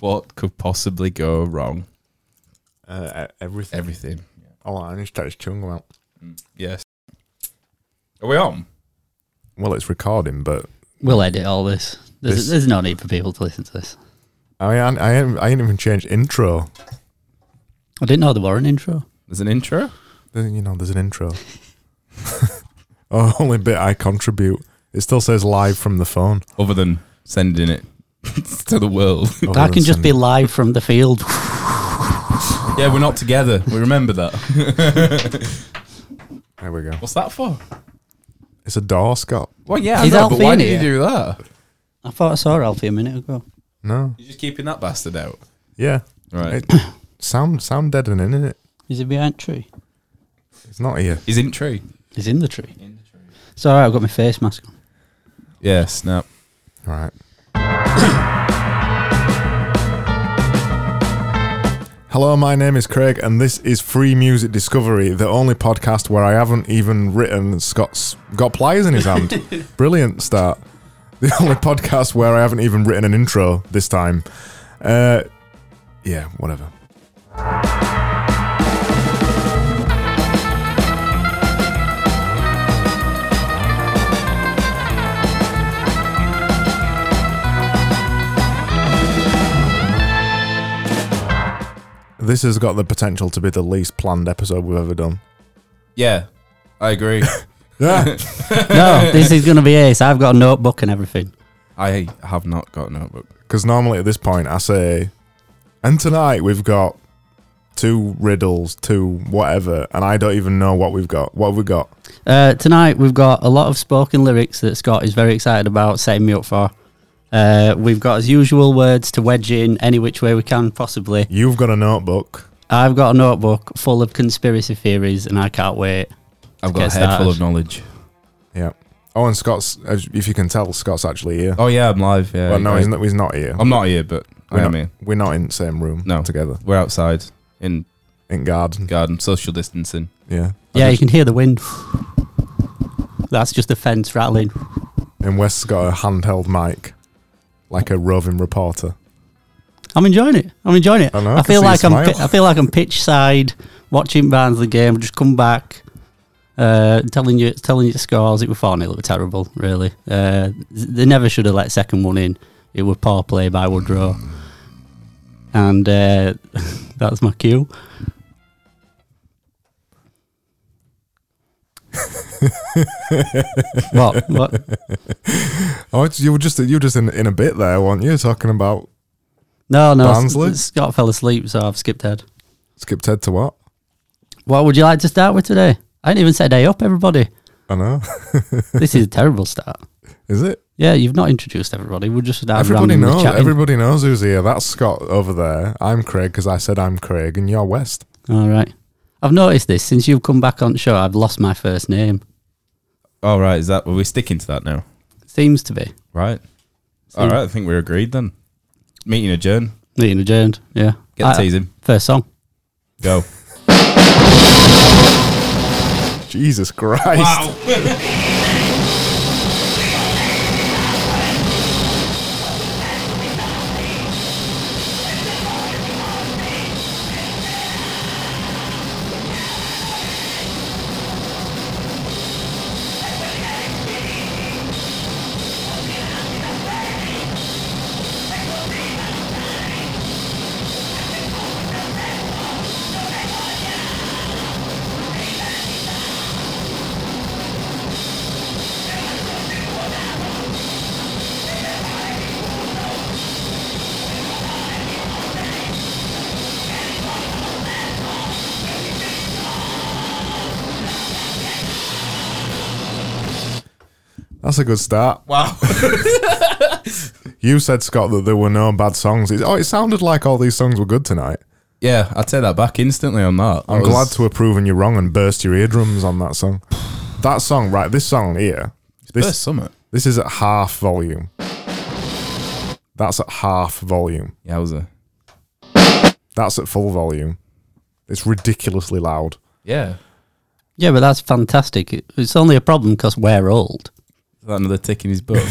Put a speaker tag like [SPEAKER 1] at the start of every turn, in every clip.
[SPEAKER 1] What could possibly go wrong?
[SPEAKER 2] Uh, e- everything.
[SPEAKER 1] Everything.
[SPEAKER 2] Oh, I need to take his tongue out.
[SPEAKER 1] Yes. Are we on?
[SPEAKER 2] Well, it's recording, but
[SPEAKER 3] We'll edit all this. There's,
[SPEAKER 2] This-
[SPEAKER 3] there's no need for people to listen to this.
[SPEAKER 2] I ain't, I ain't, I ain't even changed intro.
[SPEAKER 3] I didn't know there were an intro.
[SPEAKER 1] There's an intro.
[SPEAKER 2] Then, You know, there's an intro. oh, only bit I contribute. It still says live from the phone.
[SPEAKER 1] Other than sending it to the world.
[SPEAKER 2] Other
[SPEAKER 3] That
[SPEAKER 2] than
[SPEAKER 3] can just be
[SPEAKER 2] sending-
[SPEAKER 3] live from the field.
[SPEAKER 1] yeah, we're not together. We remember that.
[SPEAKER 2] There we go.
[SPEAKER 1] What's that for?
[SPEAKER 2] It's a door, Scott.
[SPEAKER 1] Well, yeah,
[SPEAKER 3] Is
[SPEAKER 1] I know, but
[SPEAKER 3] Alfie
[SPEAKER 1] why
[SPEAKER 3] in
[SPEAKER 1] did you
[SPEAKER 3] here?
[SPEAKER 1] do that?
[SPEAKER 3] I thought I saw Alfie a minute ago.
[SPEAKER 2] No.
[SPEAKER 1] You're just keeping that bastard out.
[SPEAKER 2] Yeah.
[SPEAKER 1] Right.
[SPEAKER 2] It, sound sound dead and in it.
[SPEAKER 3] Is he behind the tree?
[SPEAKER 2] It's not here.
[SPEAKER 1] He's in tree.
[SPEAKER 3] He's in the tree. It's all right. I've got my face mask on.
[SPEAKER 1] Yeah, snap.
[SPEAKER 2] All right. Hello, my name is Craig, and this is Free Music Discovery, the only podcast where I haven't even written Scott's got pliers in his hand. Brilliant start. The only podcast where I haven't even written an intro this time. Uh, yeah, whatever. This has got the potential to be the least planned episode we've ever done.
[SPEAKER 1] Yeah, I agree.
[SPEAKER 2] Yeah,
[SPEAKER 3] No, this is going to be ace. I've got a notebook and everything.
[SPEAKER 1] I have not got a notebook.
[SPEAKER 2] because normally at this point I say, and tonight we've got two riddles, two whatever, and I don't even know what we've got. What have we got?
[SPEAKER 3] Uh, tonight, we've got a lot of spoken lyrics that Scott is very excited about setting me up for. Uh, we've got, as usual, words to wedge in any which way we can possibly.
[SPEAKER 2] You've got a notebook.
[SPEAKER 3] I've got a notebook full of conspiracy theories, and I can't wait.
[SPEAKER 1] I've got a
[SPEAKER 3] Get
[SPEAKER 1] head full
[SPEAKER 3] started.
[SPEAKER 1] of knowledge.
[SPEAKER 2] Yeah. Oh, and Scott's, as- if you can tell, Scott's actually here.
[SPEAKER 1] Oh yeah, I'm live. Yeah. Um,
[SPEAKER 2] well, no,
[SPEAKER 1] I-
[SPEAKER 2] he's not, he's not here.
[SPEAKER 1] I'm not here, but
[SPEAKER 2] we're
[SPEAKER 1] I am
[SPEAKER 2] not,
[SPEAKER 1] here.
[SPEAKER 2] We're not in the same room
[SPEAKER 1] No.
[SPEAKER 2] together
[SPEAKER 1] We're outside in
[SPEAKER 2] in garden.
[SPEAKER 1] garden, social distancing.
[SPEAKER 2] Yeah.
[SPEAKER 3] Yeah, you can hear the wind. That's just the fence rattling.
[SPEAKER 2] And Wes's got a handheld mic, like a roving reporter.
[SPEAKER 3] I'm enjoying it. I'm enjoying it.
[SPEAKER 2] I know, Oh, I
[SPEAKER 3] I,
[SPEAKER 2] can see
[SPEAKER 3] feel
[SPEAKER 2] you
[SPEAKER 3] like I'm.
[SPEAKER 2] smile.
[SPEAKER 3] Pi- I feel like I'm pitch side watching Barnsley game. Just come back, uh, telling you, telling you the scores. It was four 0 It was terrible, really. Uh, they never should have let second one in. It was poor play by Woodrow, and uh, that's my cue. what? What?
[SPEAKER 2] Oh, it's, you were just you were just in, in a bit there, weren't you? Talking about
[SPEAKER 3] No, no. S-
[SPEAKER 2] Barnsley?
[SPEAKER 3] Scott fell asleep, so I've skipped ahead.
[SPEAKER 2] skipped head to what?
[SPEAKER 3] What would you like to start with today? I didn't even say day up, everybody.
[SPEAKER 2] I know.
[SPEAKER 3] This is a terrible start.
[SPEAKER 2] Is it?
[SPEAKER 3] Yeah, you've not introduced everybody. We're just started
[SPEAKER 2] Everybody
[SPEAKER 3] randomly
[SPEAKER 2] knows.
[SPEAKER 3] chatting.
[SPEAKER 2] Everybody knows who's here. That's Scott over there. I'm Craig because I said I'm Craig, and you're West.
[SPEAKER 3] All right. I've noticed this since you've come back on show. I've lost my first name.
[SPEAKER 1] All Oh, right, is that? Are we sticking to that now?
[SPEAKER 3] Seems to be
[SPEAKER 1] Right. All right, I think we're agreed then. Meeting adjourned.
[SPEAKER 3] meeting adjourned. Yeah.
[SPEAKER 1] Get the
[SPEAKER 3] I-
[SPEAKER 1] teas in.
[SPEAKER 3] First song.
[SPEAKER 1] Go.
[SPEAKER 2] Jesus Christ! That's a good start.
[SPEAKER 1] Wow.
[SPEAKER 2] You said Scott that there were no bad songs. It, oh, it sounded like all these songs were good tonight.
[SPEAKER 1] yeah, I'd take that back instantly on that.
[SPEAKER 2] I'm glad to have proven you wrong and burst your eardrums on that song. That song, right? This song here.
[SPEAKER 1] First
[SPEAKER 2] This
[SPEAKER 1] summit.
[SPEAKER 2] this is at half volume. That's at half volume.
[SPEAKER 1] Yeah, I was a.
[SPEAKER 2] That's at full volume. It's ridiculously loud.
[SPEAKER 1] Yeah.
[SPEAKER 3] Yeah, but that's fantastic. It- It's only a problem because we're old.
[SPEAKER 1] that another tick in his book?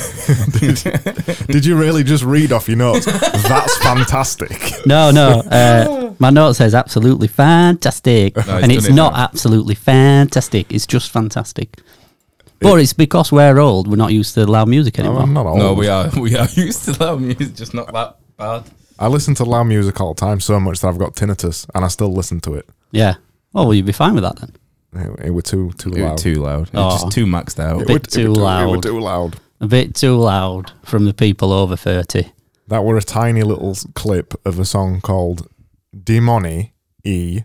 [SPEAKER 2] Did you really just read off your notes? That's fantastic.
[SPEAKER 3] No, no. Uh, my note says absolutely fantastic,
[SPEAKER 1] No, he's
[SPEAKER 3] and it's
[SPEAKER 1] done it
[SPEAKER 3] not
[SPEAKER 1] now.
[SPEAKER 3] absolutely fantastic. It's just fantastic. But it's because we're old. We're not used to loud music anymore.
[SPEAKER 1] Oh,
[SPEAKER 2] I'm not old.
[SPEAKER 1] no, we are we are used to that music, just not that bad.
[SPEAKER 2] I listen to loud music all the time so much that I've got tinnitus, and I still listen to it.
[SPEAKER 3] Yeah. Oh, well, you'd be fine with that then.
[SPEAKER 2] It, it were too too
[SPEAKER 1] It
[SPEAKER 2] loud.
[SPEAKER 1] was too loud. It was
[SPEAKER 3] Aw.
[SPEAKER 1] just too maxed out.
[SPEAKER 3] Bit too
[SPEAKER 2] were It were too
[SPEAKER 3] loud.
[SPEAKER 2] loud.
[SPEAKER 3] A bit too loud from the people over thirty.
[SPEAKER 2] That were a tiny little s- clip of a song called Demoni E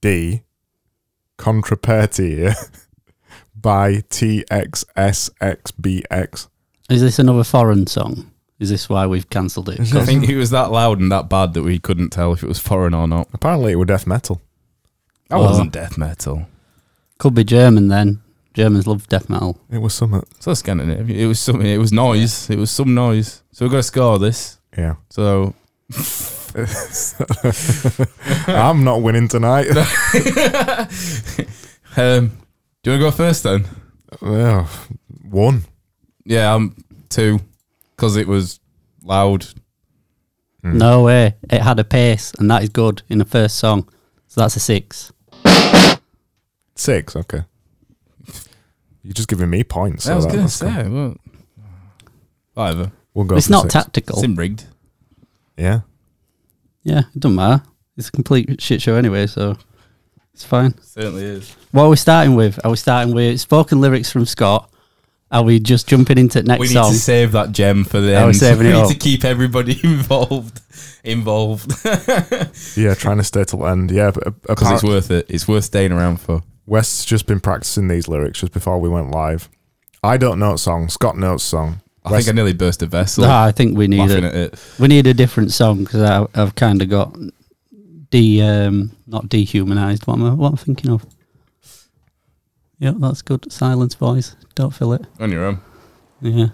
[SPEAKER 2] D Contrapertia by TXSXBX.
[SPEAKER 3] Is this another foreign song? Is this why we've cancelled it?
[SPEAKER 1] I think it was that loud and that bad that we couldn't tell if it was foreign or not.
[SPEAKER 2] Apparently, it were death metal.
[SPEAKER 1] That
[SPEAKER 3] Oh.
[SPEAKER 1] wasn't death metal.
[SPEAKER 3] Could be German then. Germans love death metal.
[SPEAKER 2] It was something.
[SPEAKER 1] So scanning it. It was something. It was noise. It was some noise. So we're gonna score this.
[SPEAKER 2] Yeah.
[SPEAKER 1] So
[SPEAKER 2] I'm not winning tonight.
[SPEAKER 1] um, do you want to go first then?
[SPEAKER 2] Ugh, One.
[SPEAKER 1] Yeah, um, two, because it was loud. Hmm.
[SPEAKER 3] No way. It had a pace, and that is good in the first song. So that's a six.
[SPEAKER 2] Six. Okay. You're just giving me points. so
[SPEAKER 1] I was
[SPEAKER 2] that-
[SPEAKER 1] gonna
[SPEAKER 2] that's cool.
[SPEAKER 1] say, well, whatever.
[SPEAKER 2] We'll go
[SPEAKER 3] it's
[SPEAKER 2] for
[SPEAKER 3] not
[SPEAKER 2] six.
[SPEAKER 3] tactical.
[SPEAKER 1] It's in rigged.
[SPEAKER 2] Yeah.
[SPEAKER 3] Yeah, it doesn't matter. It's a complete shit show anyway, so it's fine.
[SPEAKER 1] Certainly is.
[SPEAKER 3] What are we starting with? Are we starting with spoken lyrics from Scott? Are we just jumping into the
[SPEAKER 1] We
[SPEAKER 3] next
[SPEAKER 1] need
[SPEAKER 3] song?
[SPEAKER 1] to save that gem for the
[SPEAKER 3] Oh, we're
[SPEAKER 1] end.
[SPEAKER 3] saving
[SPEAKER 1] we
[SPEAKER 3] it
[SPEAKER 1] need
[SPEAKER 3] up.
[SPEAKER 1] to keep everybody involved. Involved
[SPEAKER 2] Yeah, trying to stay till the end. Yeah, but
[SPEAKER 1] because
[SPEAKER 2] apart-
[SPEAKER 1] it's worth it. It's worth staying around for.
[SPEAKER 2] West's just been practicing these lyrics just before we went live. I don't know song. Scott knows song.
[SPEAKER 1] I think I nearly burst a vessel
[SPEAKER 3] Ah, I think we need
[SPEAKER 1] laughing
[SPEAKER 3] a,
[SPEAKER 1] at it.
[SPEAKER 3] we need a different song because I've kind of got de um, not dehumanized. What am I, what am I thinking of? Yeah, that's good. Silence voice. Don't feel it.
[SPEAKER 1] On your own.
[SPEAKER 3] Yeah.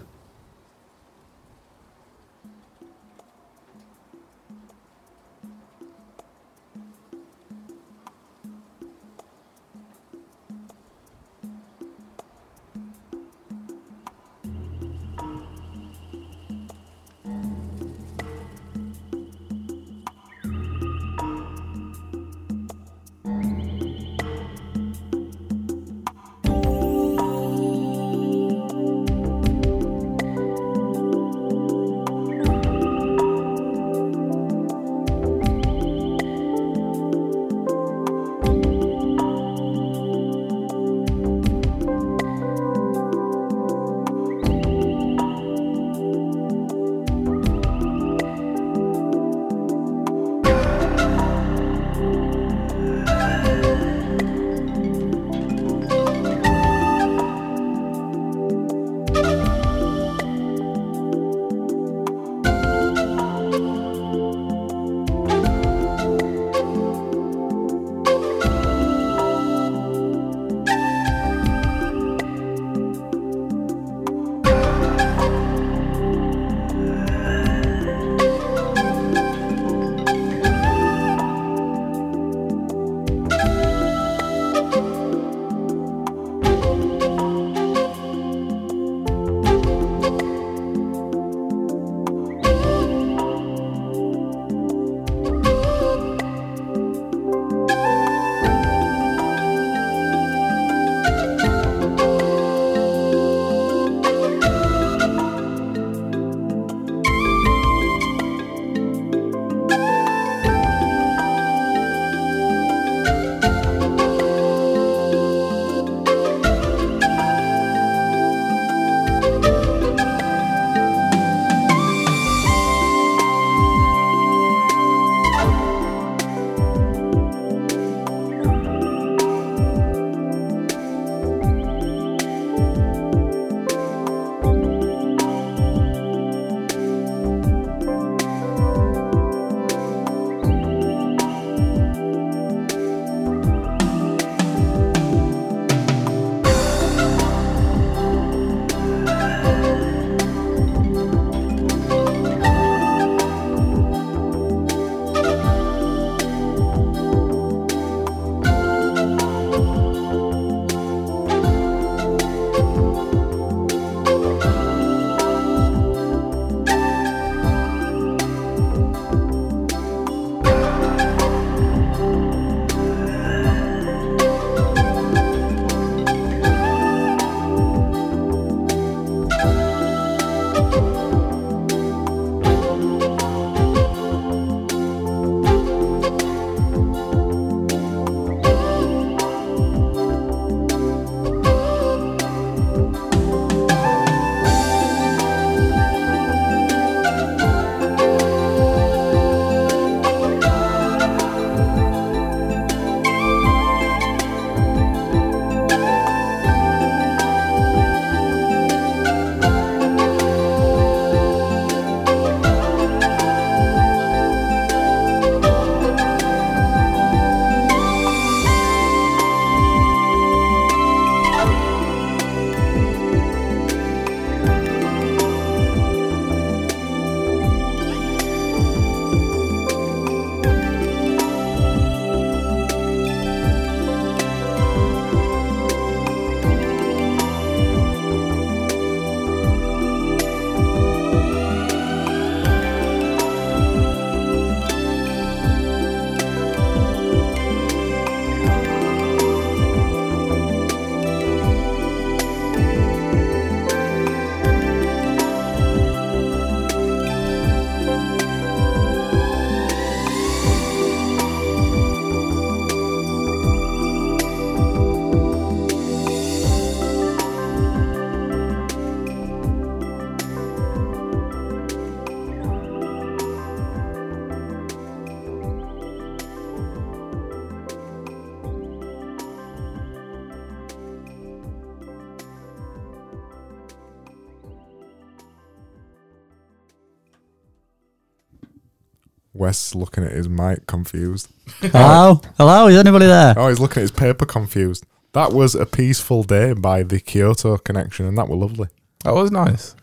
[SPEAKER 2] Wes looking at his mic confused.
[SPEAKER 3] Hello? Hello? Is anybody there?
[SPEAKER 2] Oh, he's looking at his paper confused. That was a peaceful day by the Kyoto connection, and that were lovely,
[SPEAKER 1] That was nice.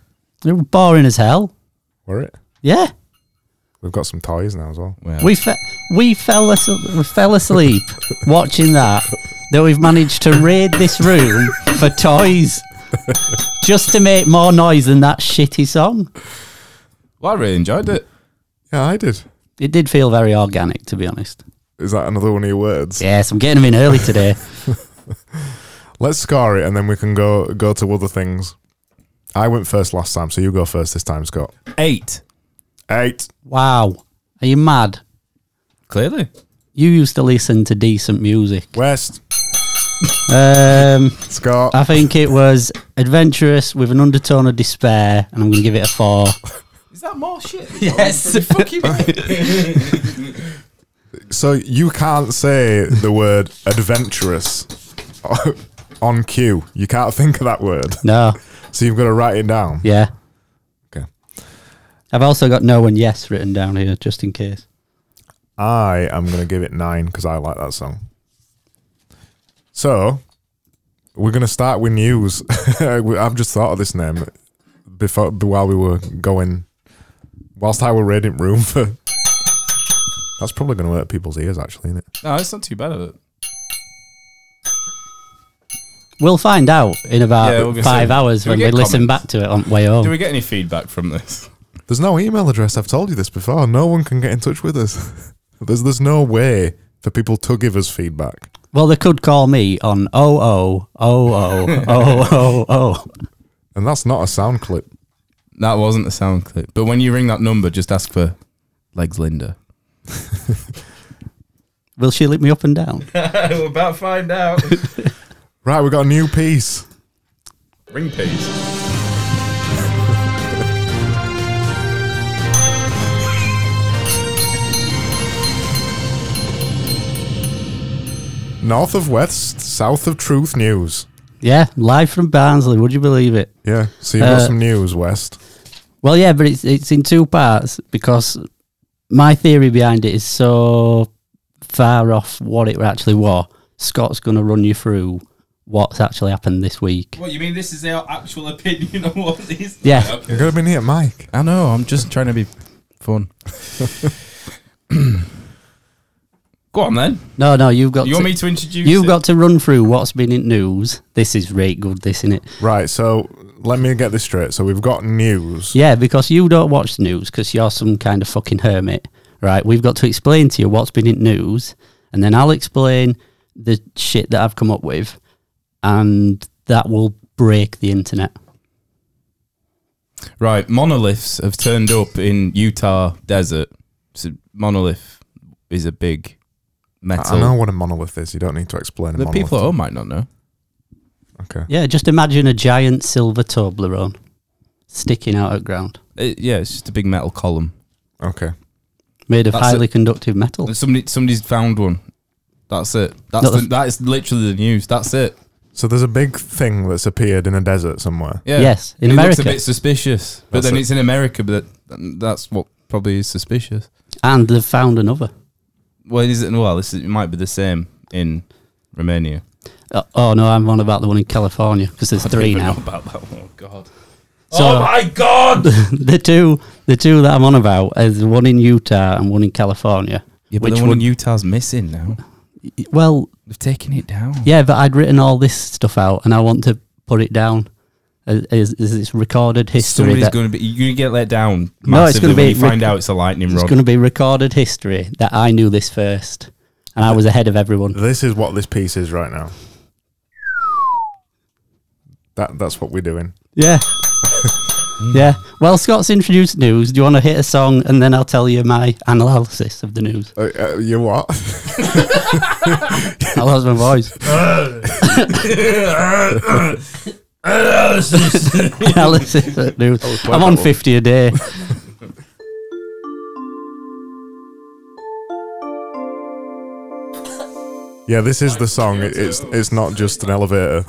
[SPEAKER 3] They were boring as hell.
[SPEAKER 2] were it?
[SPEAKER 3] Yeah.
[SPEAKER 2] We've got some toys now as well.
[SPEAKER 1] Well,
[SPEAKER 3] We, fe- we, fell as- we fell asleep watching that, that we've managed to raid this room for toys just to make more noise than that shitty song.
[SPEAKER 1] well, I really enjoyed it.
[SPEAKER 2] Yeah, I did.
[SPEAKER 3] It did feel very organic, to be honest.
[SPEAKER 2] Is that another one of your words?
[SPEAKER 3] Yes, I'm getting them in early today.
[SPEAKER 2] Let's score it, and then we can go go to other things. I went first last time, so you go first this time, Scott.
[SPEAKER 1] Eight.
[SPEAKER 2] Eight.
[SPEAKER 3] Wow. Are you mad?
[SPEAKER 1] Clearly.
[SPEAKER 3] You used to listen to decent music.
[SPEAKER 2] West.
[SPEAKER 3] Um,
[SPEAKER 2] Scott.
[SPEAKER 3] I think it was adventurous with an undertone of despair, and I'm going to give it a four.
[SPEAKER 1] Is that more shit?
[SPEAKER 3] Yes.
[SPEAKER 1] Fucking
[SPEAKER 2] So you can't say the word adventurous on cue. You can't think of that word.
[SPEAKER 3] No.
[SPEAKER 2] So you've got to write it down.
[SPEAKER 3] Yeah.
[SPEAKER 2] Okay.
[SPEAKER 3] I've also got no and yes written down here, just in case.
[SPEAKER 2] I am going to give it nine because I like that song. So we're going to start with news. I've just thought of this name before while we were going, whilst I were raiding room for. That's probably going to hurt people's ears, actually, isn't it?
[SPEAKER 1] no, it's not too bad of it.
[SPEAKER 3] We'll find out in about
[SPEAKER 1] Yeah, we'll get
[SPEAKER 3] five
[SPEAKER 1] some-
[SPEAKER 3] hours
[SPEAKER 1] do
[SPEAKER 3] when
[SPEAKER 1] we
[SPEAKER 3] we
[SPEAKER 1] get
[SPEAKER 3] listen
[SPEAKER 1] comments?
[SPEAKER 3] back to it on way home.
[SPEAKER 1] Do we get any feedback from this?
[SPEAKER 2] There's no email address. I've told you this before. No one can get in touch with us. there's there's no way for people to give us feedback.
[SPEAKER 3] well, they could call me on oh oh oh oh oh oh oh.
[SPEAKER 2] And that's not a sound clip.
[SPEAKER 1] That wasn't a sound clip. But when you ring that number, just ask for Legs Linda.
[SPEAKER 3] Will she lick me up and down?
[SPEAKER 1] We're about to find out.
[SPEAKER 2] Right, we've got a new piece.
[SPEAKER 1] ring piece.
[SPEAKER 2] North of West, South of Truth News.
[SPEAKER 3] Yeah, live from Barnsley. Would you believe it?
[SPEAKER 2] Yeah. So you got
[SPEAKER 3] Uh,
[SPEAKER 2] some news, West.
[SPEAKER 3] Well, yeah, but it's it's in two parts because my theory behind it is so far off what it actually was. Scott's going to run you through what's actually happened this week.
[SPEAKER 4] What you mean? This is our actual opinion on what these?
[SPEAKER 3] Yeah.
[SPEAKER 2] You're gonna be near Mike.
[SPEAKER 1] I know, I'm just trying to be fun. Go on then.
[SPEAKER 3] No, no, you've got
[SPEAKER 1] You
[SPEAKER 3] to,
[SPEAKER 1] want me to introduce
[SPEAKER 3] you've
[SPEAKER 1] it?
[SPEAKER 3] got to run through what's been in news. This is really good, this isn't it?
[SPEAKER 2] Right, so let me get this straight. So we've got news.
[SPEAKER 3] Yeah, because you don't watch the news because you're some kind of fucking hermit, right? We've got to explain to you what's been in news, and then I'll explain the shit that I've come up with, and that will break the internet.
[SPEAKER 1] Right, monoliths have turned up in Utah desert. So monolith is a big
[SPEAKER 2] I- I know
[SPEAKER 1] metal.
[SPEAKER 2] what a monolith is. You don't need to explain a
[SPEAKER 1] The
[SPEAKER 2] monolith.
[SPEAKER 1] people at home might not know.
[SPEAKER 2] okay.
[SPEAKER 3] Yeah, just imagine a giant silver Toblerone sticking out at ground,
[SPEAKER 1] It, Uh, yeah, it's just a big metal column.
[SPEAKER 2] Okay.
[SPEAKER 3] made of
[SPEAKER 1] That's
[SPEAKER 3] highly conductive metal.
[SPEAKER 1] Somebody, somebody's found one. That's it. That's
[SPEAKER 3] Not the
[SPEAKER 1] the, that is literally the news. That's it.
[SPEAKER 2] So there's a big thing that's appeared in a desert somewhere.
[SPEAKER 1] Yeah.
[SPEAKER 3] Yes, in
[SPEAKER 1] it
[SPEAKER 3] America.
[SPEAKER 1] looks a bit suspicious, but
[SPEAKER 2] That's
[SPEAKER 1] then
[SPEAKER 2] it.
[SPEAKER 1] it's in America. But that's what probably is suspicious.
[SPEAKER 3] And they've found another.
[SPEAKER 1] Well, is it? Well, this is, it might be the same in Romania.
[SPEAKER 3] Uh, oh no, I'm on about the one in California because there's three
[SPEAKER 1] Even
[SPEAKER 3] now.
[SPEAKER 1] know about that one. Oh God.
[SPEAKER 3] So
[SPEAKER 4] oh my god!
[SPEAKER 3] the two, the two that I'm on about is the one in Utah and one in California.
[SPEAKER 1] Yeah, but
[SPEAKER 3] which
[SPEAKER 1] the one
[SPEAKER 3] would-
[SPEAKER 1] in Utah's missing now.
[SPEAKER 3] Well,
[SPEAKER 1] They've taken it down.
[SPEAKER 3] Yeah, but I'd written all this stuff out, and I want to put it down as, as, as it's recorded history.
[SPEAKER 1] Somebody's
[SPEAKER 3] That,
[SPEAKER 1] going to be. You're going to get let down. Massively
[SPEAKER 3] No, it's gonna
[SPEAKER 1] when
[SPEAKER 3] be-
[SPEAKER 1] you find out it's a lightning
[SPEAKER 3] it's
[SPEAKER 1] rod.
[SPEAKER 3] going to be recorded history that I knew this first, and I was ahead of everyone.
[SPEAKER 2] This is what this piece is right now. That that's what we're doing.
[SPEAKER 3] Yeah, yeah. Well, Scott's introduced news. Do you want to hit a song, and then I'll tell you my analysis of the news?
[SPEAKER 2] Uh, uh, you what?
[SPEAKER 3] I lost my voice. analysis of news. I'm on fifty a day.
[SPEAKER 2] yeah, this is the song. It, it's it's not just an elevator.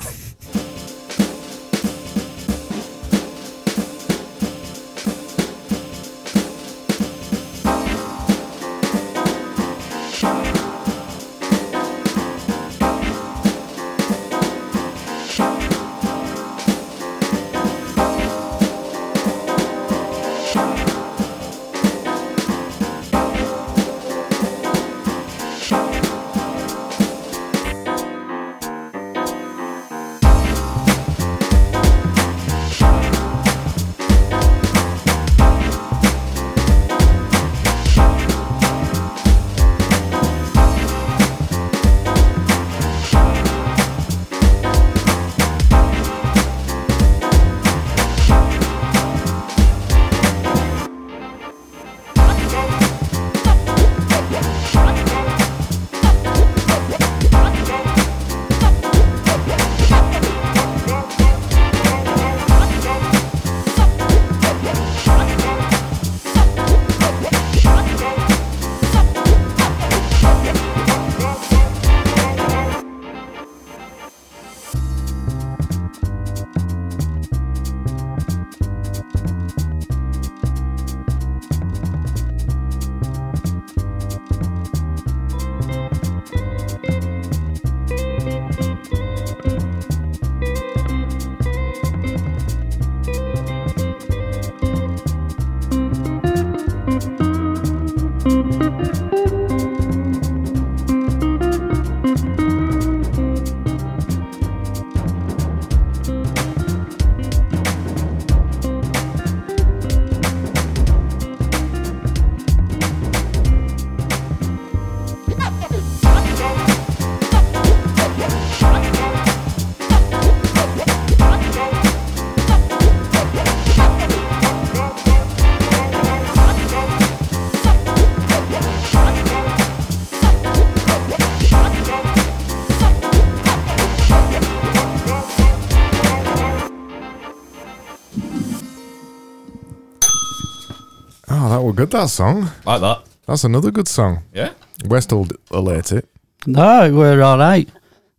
[SPEAKER 2] were good Oh, that song.
[SPEAKER 1] Like that.
[SPEAKER 2] That's another good song.
[SPEAKER 1] Yeah.
[SPEAKER 2] Westall elate it.
[SPEAKER 3] No, it were all right.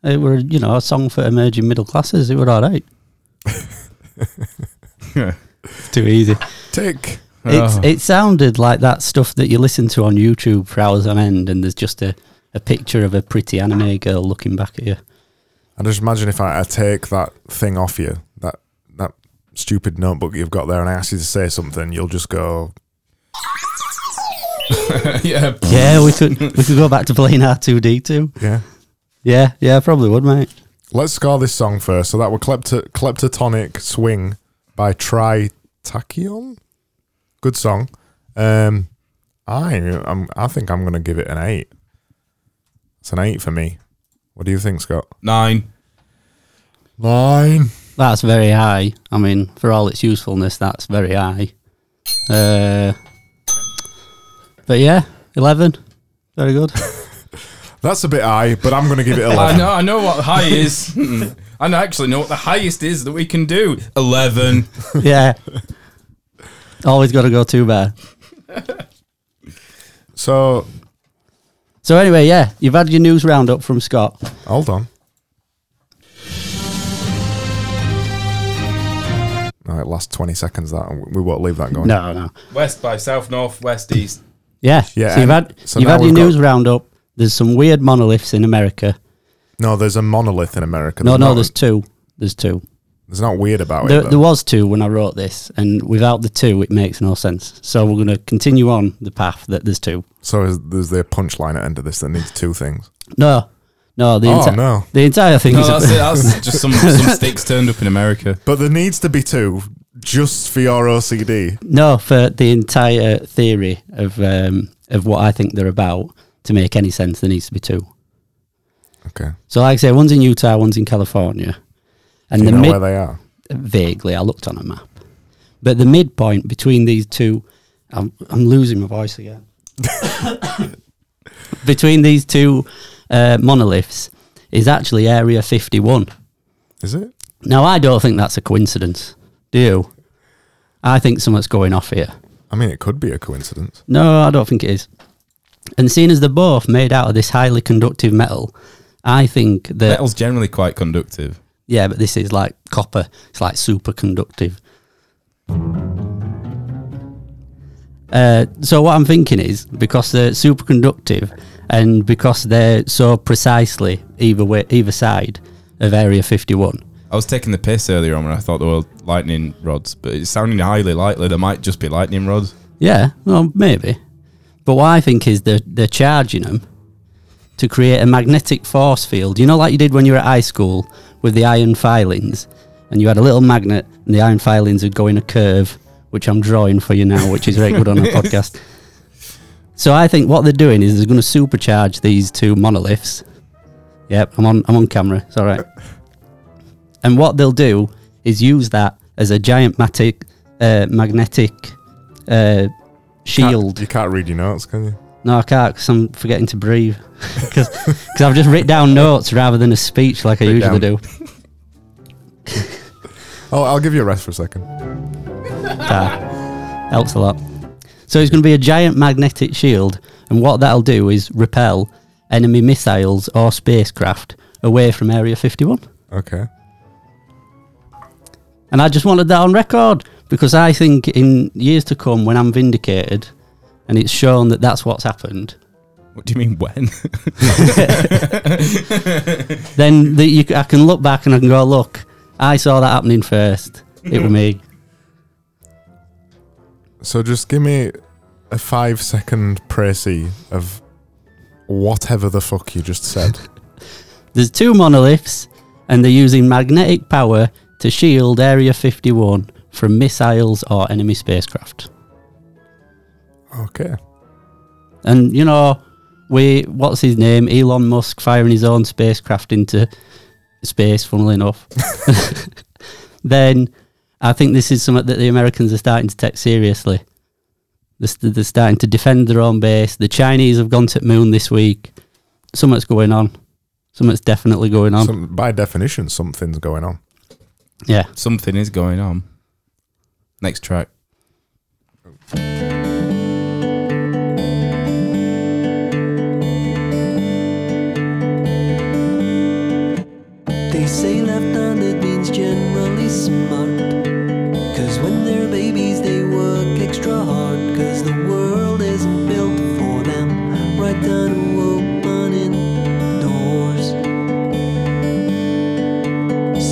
[SPEAKER 3] It were, you know, a song for emerging middle classes. It were all right. It's too easy.
[SPEAKER 2] Tick.
[SPEAKER 3] It's
[SPEAKER 1] Oh.
[SPEAKER 3] it sounded like that stuff that you listen to on YouTube for hours on end, and there's just a, a picture of a pretty anime girl looking back at you.
[SPEAKER 2] I just imagine if I, I take that thing off you, that that stupid notebook you've got there, and I ask you to say something, you'll just go.
[SPEAKER 1] yeah.
[SPEAKER 3] Yeah, we could we could go back to playing R two D two.
[SPEAKER 2] Yeah.
[SPEAKER 3] Yeah, yeah, probably would, mate.
[SPEAKER 2] Let's score this song first. So that were Klepto- Kleptotonic Swing by Tritachion. Good song. Um, I I'm, I think I'm going to give it an eight. It's an eight for me. What do you think, Scott?
[SPEAKER 1] Nine.
[SPEAKER 2] Nine.
[SPEAKER 3] That's very high. I mean, for all its usefulness, that's very high. Uh, but yeah, eleven, very good.
[SPEAKER 2] That's a bit high, but I'm going to give it eleven.
[SPEAKER 1] I know. I know what high is. Mm. I know- actually know what the highest is that we can do. Eleven.
[SPEAKER 3] yeah, always got to go too bad.
[SPEAKER 2] So
[SPEAKER 3] So anyway, yeah, you've had your news roundup from Scott.
[SPEAKER 2] hold on. No, it lasts twenty seconds. That and we won't leave that going.
[SPEAKER 3] No, no.
[SPEAKER 1] West by south, north, west, east.
[SPEAKER 3] Yeah.
[SPEAKER 2] Yeah,
[SPEAKER 3] So you've
[SPEAKER 2] and
[SPEAKER 3] had
[SPEAKER 2] so
[SPEAKER 3] you've
[SPEAKER 2] now
[SPEAKER 3] had your
[SPEAKER 2] we've got-
[SPEAKER 3] news roundup. There's some weird monoliths in America.
[SPEAKER 2] No, there's a monolith in America.
[SPEAKER 3] No, no,
[SPEAKER 2] not-
[SPEAKER 3] there's two. There's two.
[SPEAKER 2] there's not weird about
[SPEAKER 3] There,
[SPEAKER 2] it. though.
[SPEAKER 3] there was two when I wrote this, and without the two, it makes no sense. So we're going to continue on the path that there's two.
[SPEAKER 2] So is, there's the punchline at the end of this that needs two things.
[SPEAKER 3] No, no, the,
[SPEAKER 2] Oh,
[SPEAKER 3] enti-
[SPEAKER 2] no.
[SPEAKER 3] the entire thing
[SPEAKER 1] No,
[SPEAKER 3] is.
[SPEAKER 1] that's it. That's just some some sticks turned up in America.
[SPEAKER 2] But there needs to be two just for your OCD.
[SPEAKER 3] No, for the entire theory of um, of what I think they're about to make any sense, there needs to be two.
[SPEAKER 2] Okay.
[SPEAKER 3] So, like I say, one's in Utah, one's in California, and
[SPEAKER 2] Do you
[SPEAKER 3] the
[SPEAKER 2] know
[SPEAKER 3] mid-
[SPEAKER 2] where they are?
[SPEAKER 3] vaguely. I looked on a map, but the midpoint between these two, I'm, I'm losing my voice again. between these two uh, monoliths is actually Area 51.
[SPEAKER 2] Is it?
[SPEAKER 3] Now, I don't think that's a coincidence. Do you? I think something's going off here.
[SPEAKER 2] I mean, it could be a coincidence.
[SPEAKER 3] No, I don't think it is. And seeing as they're both made out of this highly conductive metal, I think that
[SPEAKER 1] Metal's generally quite conductive.
[SPEAKER 3] yeah, but this is like copper. It's like superconductive. Uh, so what I'm thinking is because they're superconductive and because they're so precisely either way, either side of Area 51.
[SPEAKER 1] I was taking the piss earlier on when I thought they were lightning rods, but it's sounding highly likely they might just be lightning rods.
[SPEAKER 3] Yeah, well, maybe. But what I think is they're, they're charging them to create a magnetic force field. You know, like you did when you were at high school with the iron filings, and you had a little magnet, and the iron filings would go in a curve, which I'm drawing for you now, which is very good on our podcast. So I think what they're doing is they're going to supercharge these two monoliths. Yep, I'm on. I'm on camera. It's all right. And what they'll do is use that as a giant matic, uh, magnetic uh,
[SPEAKER 2] Can't-
[SPEAKER 3] shield.
[SPEAKER 2] you can't read your notes, can you?
[SPEAKER 3] No, I can't because I'm forgetting to breathe. Because I've just written down notes rather than a speech like I
[SPEAKER 2] Written
[SPEAKER 3] usually
[SPEAKER 2] down.
[SPEAKER 3] do.
[SPEAKER 2] Oh, I'll give you a rest for a second.
[SPEAKER 3] Helps a lot. So it's going to be a giant magnetic shield, and what that'll do is repel enemy missiles or spacecraft away from Area 51.
[SPEAKER 2] Okay.
[SPEAKER 3] And I just wanted that on record because I think in years to come, when I'm vindicated and it's shown that that's what's happened,
[SPEAKER 1] What do you mean when?
[SPEAKER 3] then the, you, c- I can look back and I can go, look, I saw that happening first. It was me.
[SPEAKER 2] So just give me a five second précis of whatever the fuck you just said.
[SPEAKER 3] There's two monoliths, and they're using magnetic power to shield Area 51 from missiles or enemy spacecraft.
[SPEAKER 2] okay.
[SPEAKER 3] And you know, we what's his name? Elon Musk firing his own spacecraft into space. Funnily enough, then I think this is something that the Americans are starting to take seriously. They're st- they're starting to defend their own base. The Chinese have gone to the moon this week. Something's going on. Something's definitely going on.
[SPEAKER 2] Some, by definition, something's going on.
[SPEAKER 3] yeah.
[SPEAKER 1] Something is going on. Next track.
[SPEAKER 5] gotta open the doors.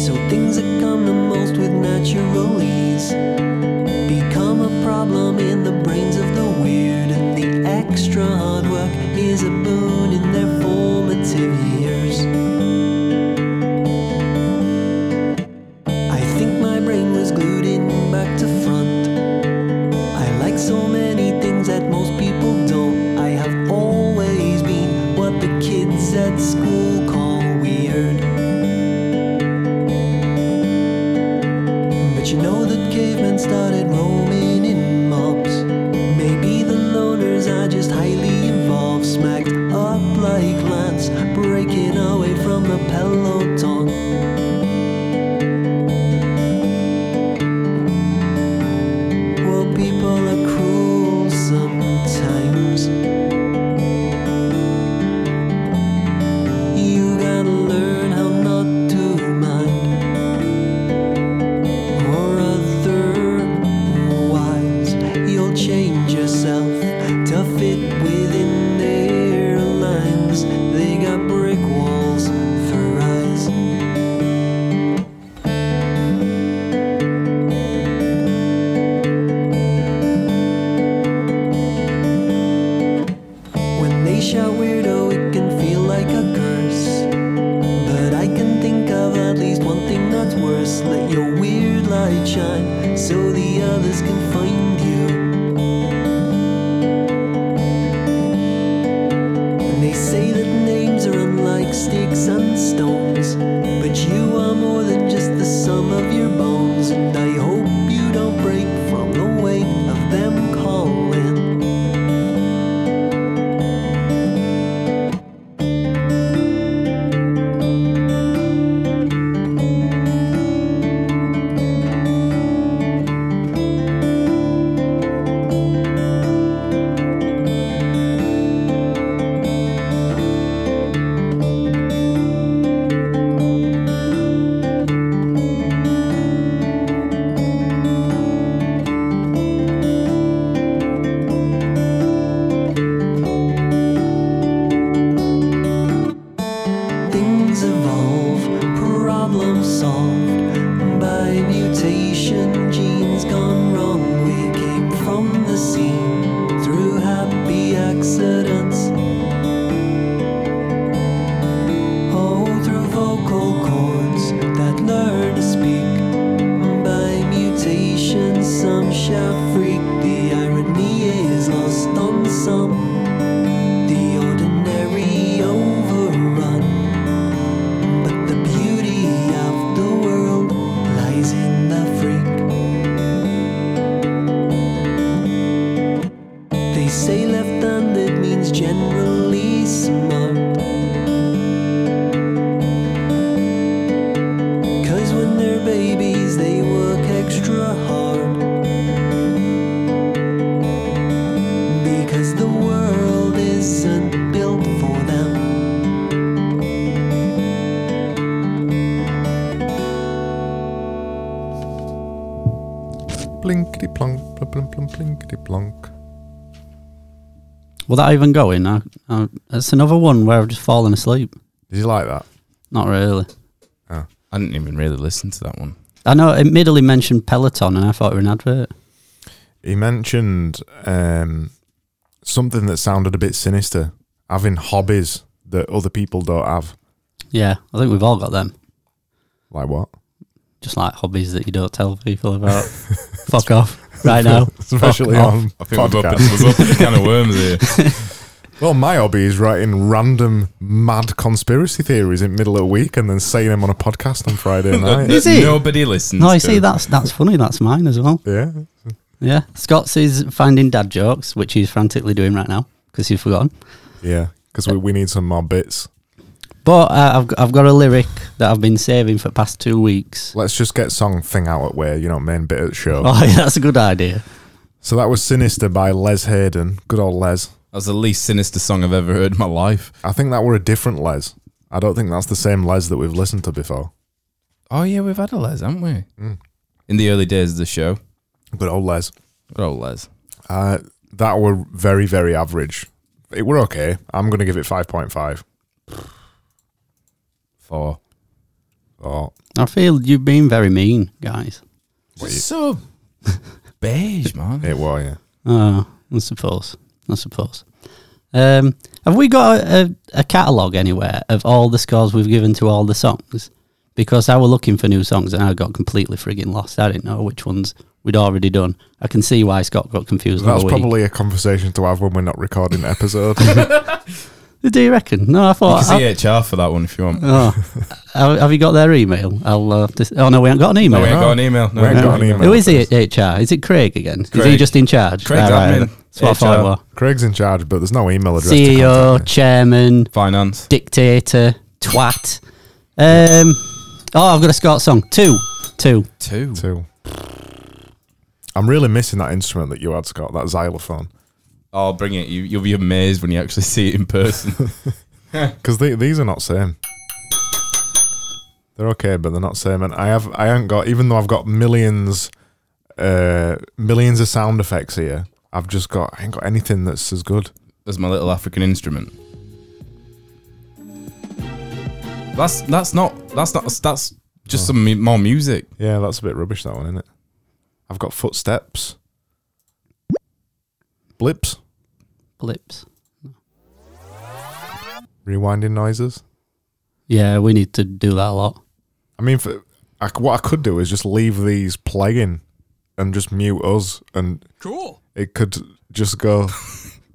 [SPEAKER 5] So things that come to most with natural ease become a problem in the brains of the weird. The extra hard work is a boon in their formative years. I think my brain was glued in back to front. I like so many things that most people don't. I have always been what the kids at school call weird. But you know that cavemen started roaming in mobs. Maybe the loners are just highly involved, smacked up like lance, breaking away from the peloton. Well, people are cruel sometimes. You gotta learn how not to mind, or otherwise you'll change yourself to fit within their lines. They got brick walls for eyes. When they shout weirdo, it can feel like a curse. But I can think of at least one thing that's worse. Let your weird light shine so the others can find you. And they say that names are unlike sticks and stones. But you are more than just the sum of your bones. And I hope you don't break from the weight of them calling. things evolve, problems solved by mutation, genes gone wrong. We came from the sea through happy accidents. Oh, through vocal cords that learn to speak by mutation. Some shall freak. The irony is lost on some. The ordinary overrun. But the beauty of the world lies in the freak. They say left handed means generally smart. Cause when they're babies, they work extra hard. Because the world isn't built for them.
[SPEAKER 2] Blinkety plonk, plum plum plum, blinkety plonk.
[SPEAKER 3] Will that even go in? I, I, that's another one where I've just fallen asleep.
[SPEAKER 2] Did you like that?
[SPEAKER 3] Not really.
[SPEAKER 1] I didn't even really listen to that one.
[SPEAKER 3] I know it middly mentioned Peloton and I thought it was an advert.
[SPEAKER 2] He mentioned um, something that sounded a bit sinister having hobbies that other people don't have.
[SPEAKER 3] Yeah, I think we've all got them.
[SPEAKER 2] Like what?
[SPEAKER 3] Just like hobbies that you don't tell people about. Fuck off right now.
[SPEAKER 2] Especially
[SPEAKER 3] off.
[SPEAKER 2] on
[SPEAKER 1] I think we've
[SPEAKER 2] podcasts.
[SPEAKER 1] opened, we've opened a can of worms here.
[SPEAKER 2] Well, my hobby is writing random mad conspiracy theories in the middle of the week and then saying them on a podcast on Friday
[SPEAKER 1] That-
[SPEAKER 2] night.
[SPEAKER 3] Is
[SPEAKER 1] that
[SPEAKER 3] it?
[SPEAKER 1] Nobody listens.
[SPEAKER 3] No, you
[SPEAKER 1] to.
[SPEAKER 3] see, that's that's funny. That's mine as well.
[SPEAKER 2] yeah.
[SPEAKER 3] Yeah, Scott's is finding dad jokes, which he's frantically doing right now because he's forgotten.
[SPEAKER 2] Yeah. Because we, we need some more bits.
[SPEAKER 3] But uh, I've g- I've got a lyric that I've been saving for the past two weeks.
[SPEAKER 2] Let's just get song thing out of where, you know, main bit of the show.
[SPEAKER 3] Oh, yeah, that's a good idea.
[SPEAKER 2] So that was Sinister by Les Hayden. Good old Les.
[SPEAKER 1] That was the least sinister song I've ever heard in my life.
[SPEAKER 2] I think that were a different Les. I don't think that's the same Les that we've listened to before.
[SPEAKER 1] Oh yeah, we've had a Les, haven't we?
[SPEAKER 2] Mm.
[SPEAKER 1] In the early days of the show,
[SPEAKER 2] Good old Les.
[SPEAKER 1] good old Les.
[SPEAKER 2] Uh, that were very, very average it were okay. I'm going to give it 5.5.
[SPEAKER 1] Four.
[SPEAKER 2] Oh,
[SPEAKER 3] I feel you've been very mean, guys.
[SPEAKER 1] So beige, man.
[SPEAKER 2] it were, yeah.
[SPEAKER 3] Oh, I suppose. I suppose. Um, have we got a, a, a catalogue anywhere of all the scores we've given to all the songs? Because I were looking for new songs and I got completely frigging lost. I didn't know which ones we'd already done. I can see why Scott got confused.
[SPEAKER 2] That's
[SPEAKER 3] the other week.
[SPEAKER 2] probably a conversation to have when we're not recording an episode.
[SPEAKER 3] Do you reckon? No, I
[SPEAKER 1] You
[SPEAKER 3] thought.
[SPEAKER 1] can
[SPEAKER 3] I,
[SPEAKER 1] see HR for that one if you want.
[SPEAKER 3] oh, have have you got their email? I'll. Uh, dis- oh no, we haven't got an email.
[SPEAKER 1] No, we ain't got an email. No,
[SPEAKER 2] We ain't got an email.
[SPEAKER 3] Who is it? HR? Is it Craig again? Is he
[SPEAKER 1] Craig.
[SPEAKER 3] just in charge? Ah,
[SPEAKER 1] Craig's admin.
[SPEAKER 3] That's what I thought it
[SPEAKER 1] HR.
[SPEAKER 3] was.
[SPEAKER 2] Craig's in charge, but there's no email address. to
[SPEAKER 3] CEO,
[SPEAKER 2] contact me.
[SPEAKER 3] chairman,
[SPEAKER 1] Finance.
[SPEAKER 3] dictator, twat. Um, oh, I've got a Scott song. Two, two.
[SPEAKER 1] Two.
[SPEAKER 2] Two. I'm really missing that instrument that you had, Scott, that xylophone.
[SPEAKER 1] Oh, bring it. You, you'll be amazed when you actually see it in person.
[SPEAKER 2] Because these are not same. They're okay, but they're not same. And I have I haven't got even though I've got millions, uh, millions of sound effects here. I've just got I ain't got anything that's as good.
[SPEAKER 1] That's my little African instrument. That's that's not that's not that's
[SPEAKER 2] Oh.
[SPEAKER 1] just some mu- more music.
[SPEAKER 2] Yeah, that's a bit rubbish that one, isn't it? I've got footsteps, blips,
[SPEAKER 3] Blips.
[SPEAKER 2] rewinding noises.
[SPEAKER 3] Yeah, we need to do that a lot.
[SPEAKER 2] I mean, for, I, c- what I could do is just leave these playing and just mute us, and
[SPEAKER 1] Cool.
[SPEAKER 2] it could just go.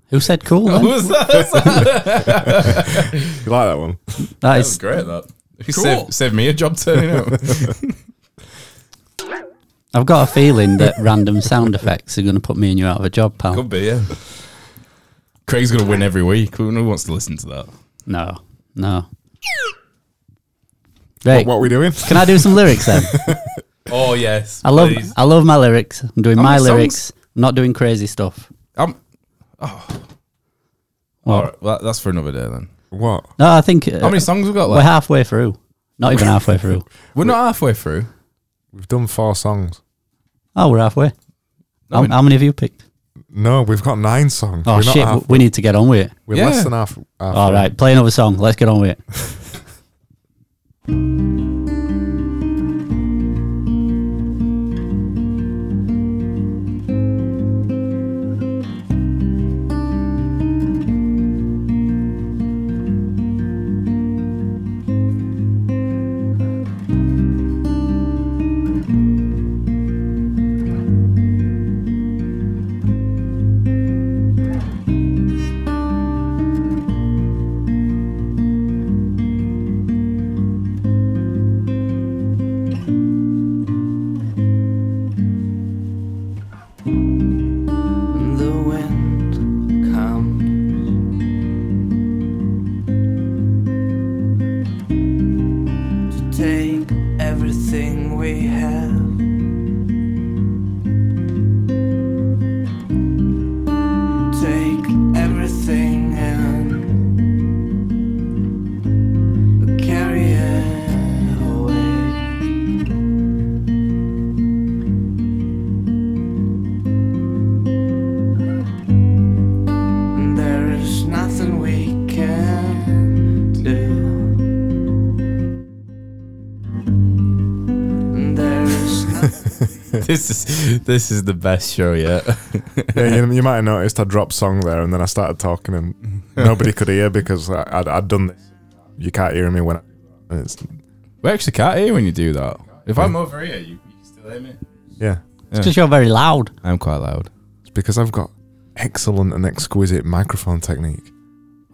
[SPEAKER 3] Who said cool?
[SPEAKER 1] What
[SPEAKER 3] Then?
[SPEAKER 1] was that? that
[SPEAKER 2] you like that one?
[SPEAKER 3] That
[SPEAKER 1] was
[SPEAKER 3] is.
[SPEAKER 1] great. That save, save me a job turning out.
[SPEAKER 3] I've got a feeling that random sound effects are going to put me and you out of a job, pal.
[SPEAKER 1] Could be yeah. Craig's gonna win every week. Who who wants to listen to that?
[SPEAKER 3] No, no. Right.
[SPEAKER 2] What are we doing?
[SPEAKER 3] Can I do some lyrics then?
[SPEAKER 1] Oh yes,
[SPEAKER 3] I love I love my lyrics. I'm doing
[SPEAKER 1] How
[SPEAKER 3] my
[SPEAKER 1] many songs?
[SPEAKER 3] lyrics. I'm not doing crazy stuff.
[SPEAKER 1] I'm,
[SPEAKER 3] Well,
[SPEAKER 1] all right, well, that's for another day then.
[SPEAKER 2] What?
[SPEAKER 3] No, I think uh,
[SPEAKER 1] How many songs we got
[SPEAKER 3] we're
[SPEAKER 1] left?
[SPEAKER 3] halfway through. Not even halfway through.
[SPEAKER 1] We're not halfway through.
[SPEAKER 2] We've done four songs.
[SPEAKER 3] Oh, we're halfway.
[SPEAKER 1] No,
[SPEAKER 3] how,
[SPEAKER 1] we-
[SPEAKER 3] how many have you picked?
[SPEAKER 2] No, we've got nine songs.
[SPEAKER 3] Oh
[SPEAKER 2] we're
[SPEAKER 3] shit,
[SPEAKER 2] Not half,
[SPEAKER 3] we need to get on with it.
[SPEAKER 2] we're
[SPEAKER 1] Yeah.
[SPEAKER 2] less than half. half
[SPEAKER 3] All right, play another song. Let's get on with it.
[SPEAKER 5] the wind comes. To take everything we have. Take everything and carry it away. There is nothing we can do. There is nothing.
[SPEAKER 1] this is this is the best show yet.
[SPEAKER 2] Yeah, you, you might have noticed I dropped song there, and then I started talking, and nobody could hear because I, I'd, I'd done this. You can't hear me when. I, and it's
[SPEAKER 1] we actually can't hear when you do that. If I'm over here, you, you can still hear me.
[SPEAKER 2] yeah,
[SPEAKER 3] It's because you're very loud.
[SPEAKER 1] I'm quite loud.
[SPEAKER 2] it's because I've got excellent and exquisite microphone technique.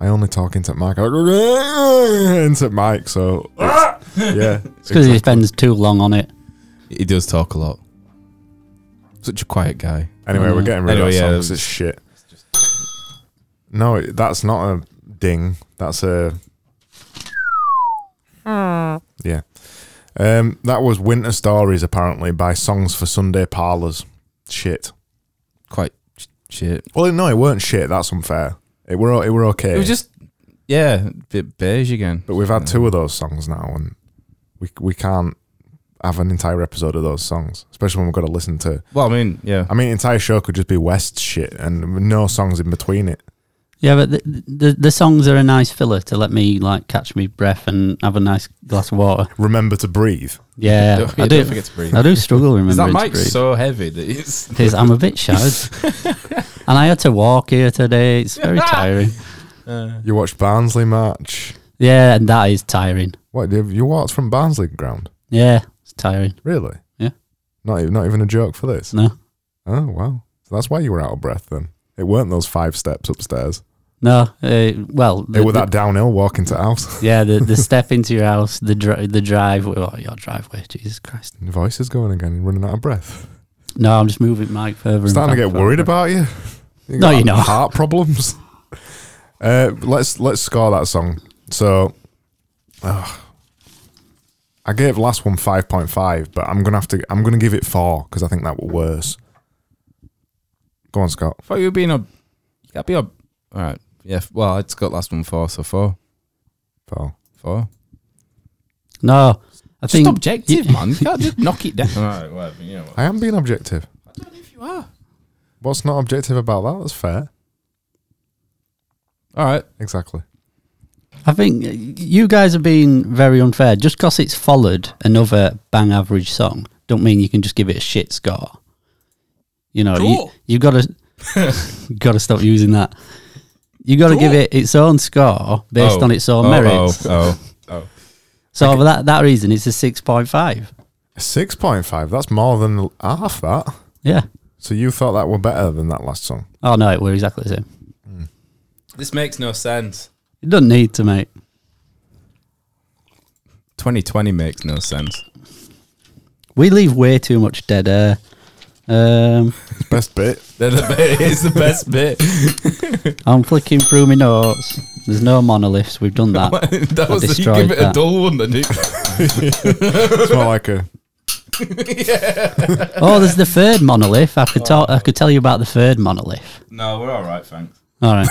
[SPEAKER 2] I only talk into mic into mic, so it's- yeah.
[SPEAKER 3] It's because he spends too long on it.
[SPEAKER 1] He does talk a lot. Such a quiet guy.
[SPEAKER 2] Anyway, we're getting rid
[SPEAKER 1] Mm. Anyway,
[SPEAKER 2] of that
[SPEAKER 1] yeah,
[SPEAKER 2] song
[SPEAKER 1] that
[SPEAKER 2] 'cause
[SPEAKER 1] was-
[SPEAKER 2] it's shit. No, it- that's not a ding. That's a.
[SPEAKER 1] Hmm.
[SPEAKER 2] Yeah. Um, that was Winter Stories, apparently, by Songs for Sunday Parlours. Shit.
[SPEAKER 1] Quite sh- shit.
[SPEAKER 2] Well, no, it weren't shit. That's unfair. It were, o- it were okay.
[SPEAKER 1] It was just yeah, a bit beige again.
[SPEAKER 2] but we've had
[SPEAKER 1] Hmm.
[SPEAKER 2] two of those songs now, and we, we can't have an entire episode of those songs, especially when we've got to listen to.
[SPEAKER 1] Well, I mean, yeah.
[SPEAKER 2] I mean, entire show could just be West shit and no songs in between it.
[SPEAKER 3] Yeah, but the, the the songs are a nice filler to let me like catch me breath and have a nice glass of water.
[SPEAKER 2] Remember to breathe.
[SPEAKER 3] Yeah,
[SPEAKER 1] Don't-
[SPEAKER 3] I
[SPEAKER 1] yeah,
[SPEAKER 3] do.
[SPEAKER 1] don't forget to breathe.
[SPEAKER 3] I do struggle
[SPEAKER 1] Is that
[SPEAKER 3] remembering. to
[SPEAKER 1] mic
[SPEAKER 3] breathe.
[SPEAKER 1] so heavy that it's
[SPEAKER 3] It is, I'm a bit shattered, and I had to walk here today. It's very tiring.
[SPEAKER 1] uh,
[SPEAKER 2] You watched Barnsley match.
[SPEAKER 3] Yeah, and that is tiring.
[SPEAKER 2] What you- you walked from Barnsley ground?
[SPEAKER 3] Yeah, it's tiring.
[SPEAKER 2] Really?
[SPEAKER 3] Yeah.
[SPEAKER 2] Not even not even a joke for this.
[SPEAKER 3] No,
[SPEAKER 2] Oh wow. So that's why you were out of breath then. It weren't those five steps upstairs.
[SPEAKER 3] no. Uh, well,
[SPEAKER 2] It
[SPEAKER 3] the-
[SPEAKER 2] was that downhill walk into house.
[SPEAKER 3] the- yeah, the, the step into your house, the dri- the drive, oh, your driveway. Jesus Christ!
[SPEAKER 2] Your voice is going again. You're running out of breath.
[SPEAKER 3] No, I'm just moving Mike further. and
[SPEAKER 2] starting to
[SPEAKER 3] further
[SPEAKER 2] get worried
[SPEAKER 3] further.
[SPEAKER 2] about you. you
[SPEAKER 3] No,
[SPEAKER 2] got
[SPEAKER 3] you're not.
[SPEAKER 2] Heart problems. Uh, let's let's score that song. So, ugh. I gave last one five point five, but I'm gonna have to. I'm gonna give it four because I think that were worse. Go on, Scott.
[SPEAKER 1] I thought you were being a. You gotta be a. All right. Yeah. f- Well, it's got last one four, so four.
[SPEAKER 2] Four.
[SPEAKER 1] Four.
[SPEAKER 3] No, I
[SPEAKER 1] Just
[SPEAKER 3] think
[SPEAKER 1] objective, man. You can't just knock it down. All right, whatever. You know what?
[SPEAKER 2] I am being objective.
[SPEAKER 1] I don't know if you are.
[SPEAKER 2] What's not objective about that? That's fair.
[SPEAKER 1] All right.
[SPEAKER 2] Exactly.
[SPEAKER 3] I think you guys are being very unfair. Just because it's followed another bang average song, don't mean you can just give it a shit score. You know,
[SPEAKER 4] Cool.
[SPEAKER 3] you, you've got to got to stop using that. You got to give
[SPEAKER 4] Cool.
[SPEAKER 3] it its own score based
[SPEAKER 4] Oh,
[SPEAKER 2] Oh.
[SPEAKER 3] on its own merits.
[SPEAKER 1] Oh, oh,
[SPEAKER 3] So for that that reason, it's a six point five.
[SPEAKER 2] Six point five. That's more than half that.
[SPEAKER 3] Yeah.
[SPEAKER 2] So you thought that were better than that last song?
[SPEAKER 3] Oh no, it were exactly the same.
[SPEAKER 1] This makes no sense.
[SPEAKER 3] It doesn't need to, mate.
[SPEAKER 1] 2020 makes no sense.
[SPEAKER 3] We leave way too much dead air. Um,
[SPEAKER 2] Best bit.
[SPEAKER 1] They're the bit, it's the best bit.
[SPEAKER 3] I'm flicking through my notes. There's no monoliths. We've done that.
[SPEAKER 1] that was the, you
[SPEAKER 3] destroyed
[SPEAKER 1] give it a
[SPEAKER 3] that.
[SPEAKER 1] dull one, then.
[SPEAKER 2] It's more like a
[SPEAKER 3] Oh, there's the third monolith. I could talk. I could tell you about the third monolith.
[SPEAKER 1] No, we're all right, thanks.
[SPEAKER 3] All right.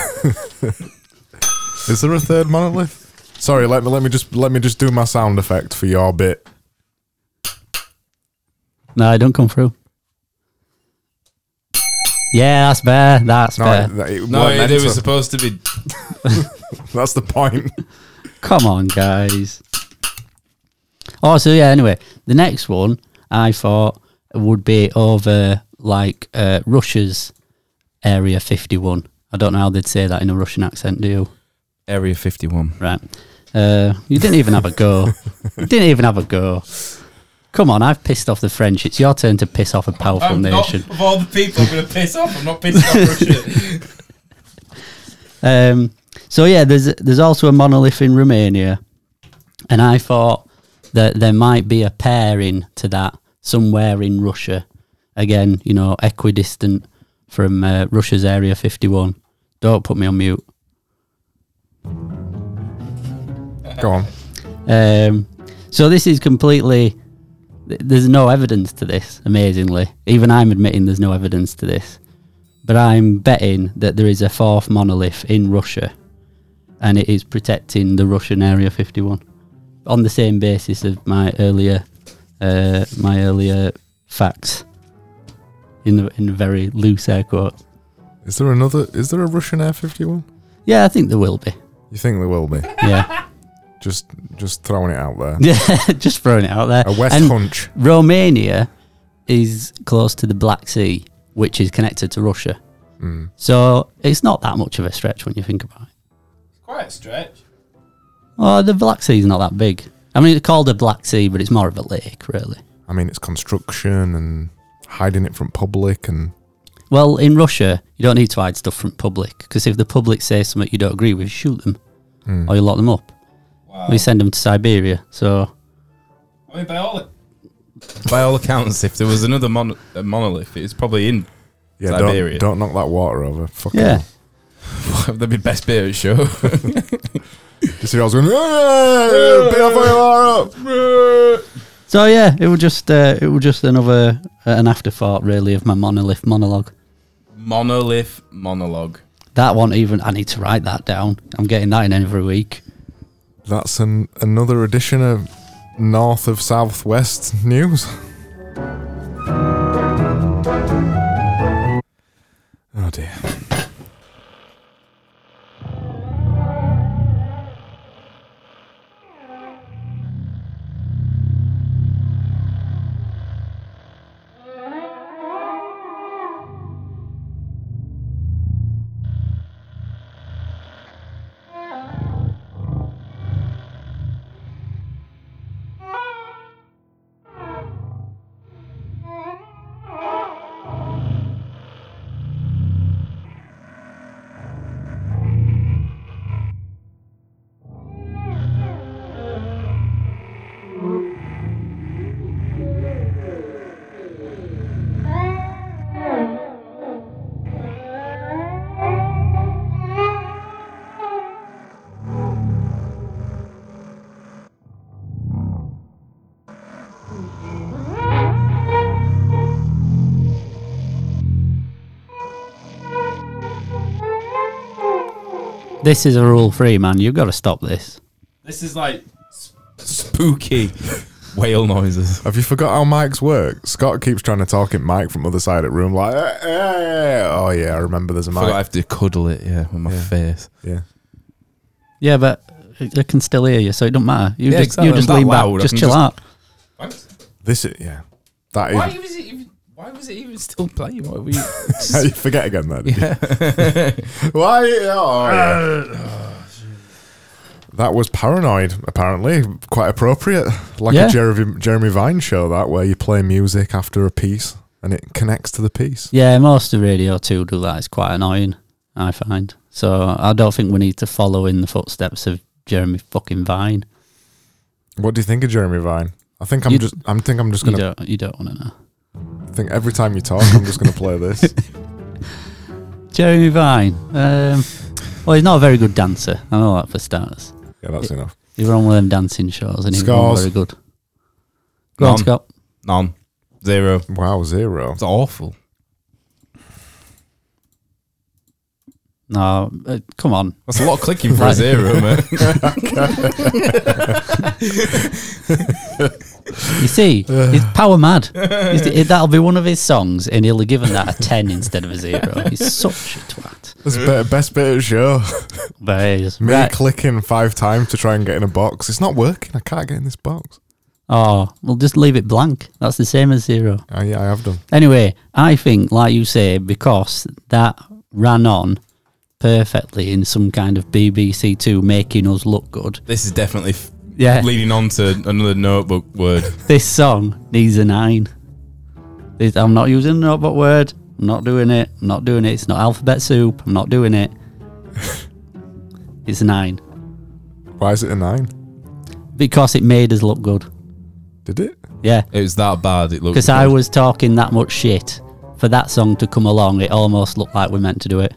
[SPEAKER 2] Is there a third monolith? Sorry, let me let me just let me just do my sound effect for your bit.
[SPEAKER 3] No, I don't come through. Yeah, that's fair. That's
[SPEAKER 2] No,
[SPEAKER 3] fair.
[SPEAKER 2] it, it
[SPEAKER 1] No,
[SPEAKER 2] weren't
[SPEAKER 1] it,
[SPEAKER 2] meant
[SPEAKER 1] it was
[SPEAKER 2] to.
[SPEAKER 1] supposed to be.
[SPEAKER 2] that's the point.
[SPEAKER 3] Come on, guys. Oh, so yeah. Anyway, the next one I thought would be over like uh, Russia's Area 51. I don't know how they'd say that in a Russian accent, do you?
[SPEAKER 1] Area 51.
[SPEAKER 3] Right. Uh, you didn't even have a go. you didn't even have a go. Come on, I've pissed off the French. It's your turn to piss off a powerful
[SPEAKER 4] I'm not,
[SPEAKER 3] nation.
[SPEAKER 4] of all the people I'm going to piss off, I'm not pissing off Russia.
[SPEAKER 3] Um, so yeah, there's there's also a monolith in Romania, and I thought that there might be a pairing to that somewhere in Russia. Again, you know, equidistant from uh, Russia's Area 51. Don't put me on mute.
[SPEAKER 2] Go on.
[SPEAKER 3] Um, so this is completely. th- There's no evidence to this. Amazingly, even I'm admitting there's no evidence to this. But I'm betting that there is a fourth monolith in Russia, and it is protecting the Russian Area 51 on the same basis of my earlier, uh, my earlier facts. In the in very loose air quotes.
[SPEAKER 2] Is there another? Is there a Russian Air Fifty One?
[SPEAKER 3] Yeah, I think there will be.
[SPEAKER 2] You think there will be?
[SPEAKER 3] Yeah,
[SPEAKER 2] Just just throwing it out there.
[SPEAKER 3] yeah. Just throwing it out there.
[SPEAKER 2] A West
[SPEAKER 3] And-
[SPEAKER 2] Hunch.
[SPEAKER 3] Romania is close to the Black Sea, which is connected to Russia.
[SPEAKER 2] Mm.
[SPEAKER 3] So it's not that much of a stretch when you think about it.
[SPEAKER 4] Quite a stretch.
[SPEAKER 3] Oh, the Black Sea's not that big. I mean, it's called the Black Sea, but it's more of a lake, really.
[SPEAKER 2] I mean, it's construction and hiding it from public, and
[SPEAKER 3] Well, in Russia, you don't need to hide stuff from public because if the public say something you don't agree with, you shoot them
[SPEAKER 2] Mm.
[SPEAKER 3] or you lock them up.
[SPEAKER 4] Wow.
[SPEAKER 3] Or
[SPEAKER 1] Oh.
[SPEAKER 3] you send them to Siberia. So
[SPEAKER 4] I mean, by all
[SPEAKER 1] By all accounts, if there was another mon- a monolith, it's probably in.
[SPEAKER 2] yeah,
[SPEAKER 1] Siberia.
[SPEAKER 2] don't, don't knock that water over. Fuck
[SPEAKER 3] yeah,
[SPEAKER 1] That'd be best bit at show.
[SPEAKER 2] You see, I was going. "Yeah, Be off where you are up."
[SPEAKER 3] so yeah, it was just uh, it was just another an afterthought, really, of my monolith monologue.
[SPEAKER 1] monolith monologue.
[SPEAKER 3] That one, even I need to write that down. I'm getting that in every week.
[SPEAKER 2] That's an another edition of North of Southwest News. Oh dear.
[SPEAKER 3] This is a rule free, man. You've got to stop this.
[SPEAKER 4] This is like s-
[SPEAKER 1] Spooky whale noises.
[SPEAKER 2] Have you forgot how mics work? Scott keeps trying to talk at Mike from other side of the room, like, "Eh, eh, eh." oh yeah, I remember there's a mic.
[SPEAKER 1] Forgot I have to cuddle it, yeah, with my
[SPEAKER 2] Yeah.
[SPEAKER 1] face.
[SPEAKER 2] yeah,
[SPEAKER 3] Yeah, but they can still hear you, so it don't matter. You
[SPEAKER 1] Yeah,
[SPEAKER 3] just
[SPEAKER 1] exactly.
[SPEAKER 3] you just
[SPEAKER 1] I'm not
[SPEAKER 3] lean back,
[SPEAKER 1] loud. I
[SPEAKER 3] just
[SPEAKER 1] can
[SPEAKER 3] chill
[SPEAKER 1] just-
[SPEAKER 3] out.
[SPEAKER 4] thanks.
[SPEAKER 2] this is yeah. That is.
[SPEAKER 4] Why was it even? Why was it even still playing? Why were you?
[SPEAKER 2] you forget again then. Why? Oh, yeah. That was paranoid. Apparently, quite appropriate, like
[SPEAKER 3] Yeah.
[SPEAKER 2] a Jeremy Jeremy Vine show. That where you play music after a piece and it connects to the piece.
[SPEAKER 3] Yeah, most of Radio Two do that. It's quite annoying, I find. So I don't think we need to follow in the footsteps of Jeremy fucking Vine.
[SPEAKER 2] What do you think of Jeremy Vine? I think I'm
[SPEAKER 3] You-
[SPEAKER 2] just. I'm think I'm just
[SPEAKER 3] You
[SPEAKER 2] gonna
[SPEAKER 3] don't you don't want to know.
[SPEAKER 2] think every time you talk, I'm just gonna play this.
[SPEAKER 3] Jeremy Vine. Um, well, he's not a very good dancer. I know that for starters.
[SPEAKER 2] Yeah, that's enough.
[SPEAKER 3] He ran one of them dancing shows, and he
[SPEAKER 2] Scores.
[SPEAKER 3] was very good. Go on,
[SPEAKER 1] None.
[SPEAKER 3] Scott.
[SPEAKER 1] None. Zero.
[SPEAKER 2] Wow, zero.
[SPEAKER 1] It's awful.
[SPEAKER 3] No, uh, come on.
[SPEAKER 1] That's a lot of clicking for a zero, man.
[SPEAKER 3] You see, he's power mad. He's- it- that'll be one of his songs, and he'll have given that a 10 instead of a zero. He's such a twat.
[SPEAKER 2] That's the best- best bit of the show.
[SPEAKER 3] But he's
[SPEAKER 2] Me
[SPEAKER 3] right.
[SPEAKER 2] clicking five times to try and get in a box. It's not working. I can't get in this box.
[SPEAKER 3] Oh, well, just leave it blank. That's the same as zero.
[SPEAKER 2] Oh, yeah, I have done.
[SPEAKER 3] Anyway, I think, like you say, because that ran on perfectly in some kind of BBC Two making us look good.
[SPEAKER 1] this is definitely f-
[SPEAKER 3] Yeah.
[SPEAKER 1] leading on to another notebook word.
[SPEAKER 3] This song needs a nine. This, I'm not using the notebook word. I'm not doing it. I'm not doing it. It's not alphabet soup. I'm not doing it. it's a nine
[SPEAKER 2] Why is it a nine?
[SPEAKER 3] because it made us look good.
[SPEAKER 2] Did it?
[SPEAKER 3] Yeah.
[SPEAKER 1] It was that bad. It looked.
[SPEAKER 3] Because I
[SPEAKER 1] good.
[SPEAKER 3] was talking that much shit for that song to come along, it almost looked like we meant to do it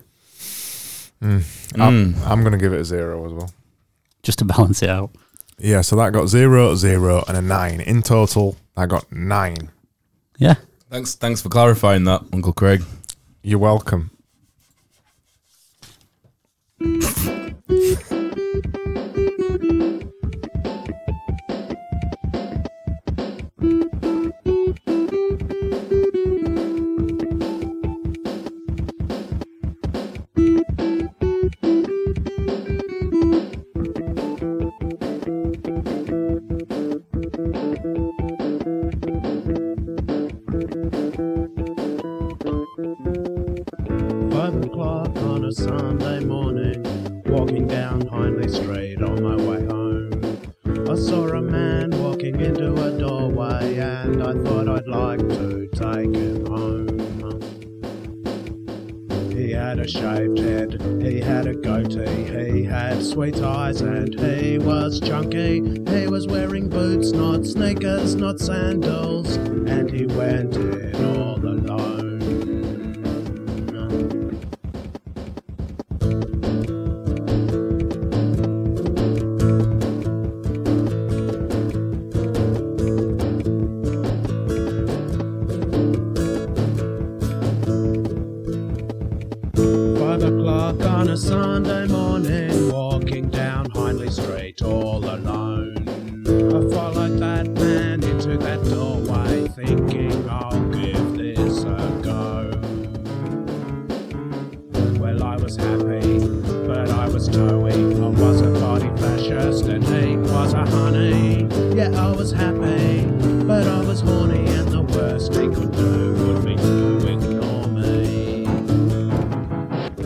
[SPEAKER 2] I'm, I'm going to give it a zero as well.
[SPEAKER 3] just to balance it out.
[SPEAKER 2] Yeah, so that got zero, zero, and a nine. In total, I got nine.
[SPEAKER 3] Yeah.
[SPEAKER 1] Thanks, thanks for clarifying that, Uncle Craig.
[SPEAKER 2] You're welcome.
[SPEAKER 6] Five o'clock on a Sunday morning, walking down Hindley Street on my way home. I saw a man walking into a doorway, and I thought I'd like to take him home. He had a shaved head, he had a goatee, he had sweet eyes, and he was chunky. He was wearing boots, not sneakers, not sandals, and he went in all alone. Five o'clock on a Sunday morning, walking down Hindley Street all alone. I followed that man into that doorway, thinking I'll give this a go. Well, I was happy, but I was doughy. I was a body fascist, and he was a honey. Yeah, I was happy, but I was horny, and the worst he could do would be to ignore me.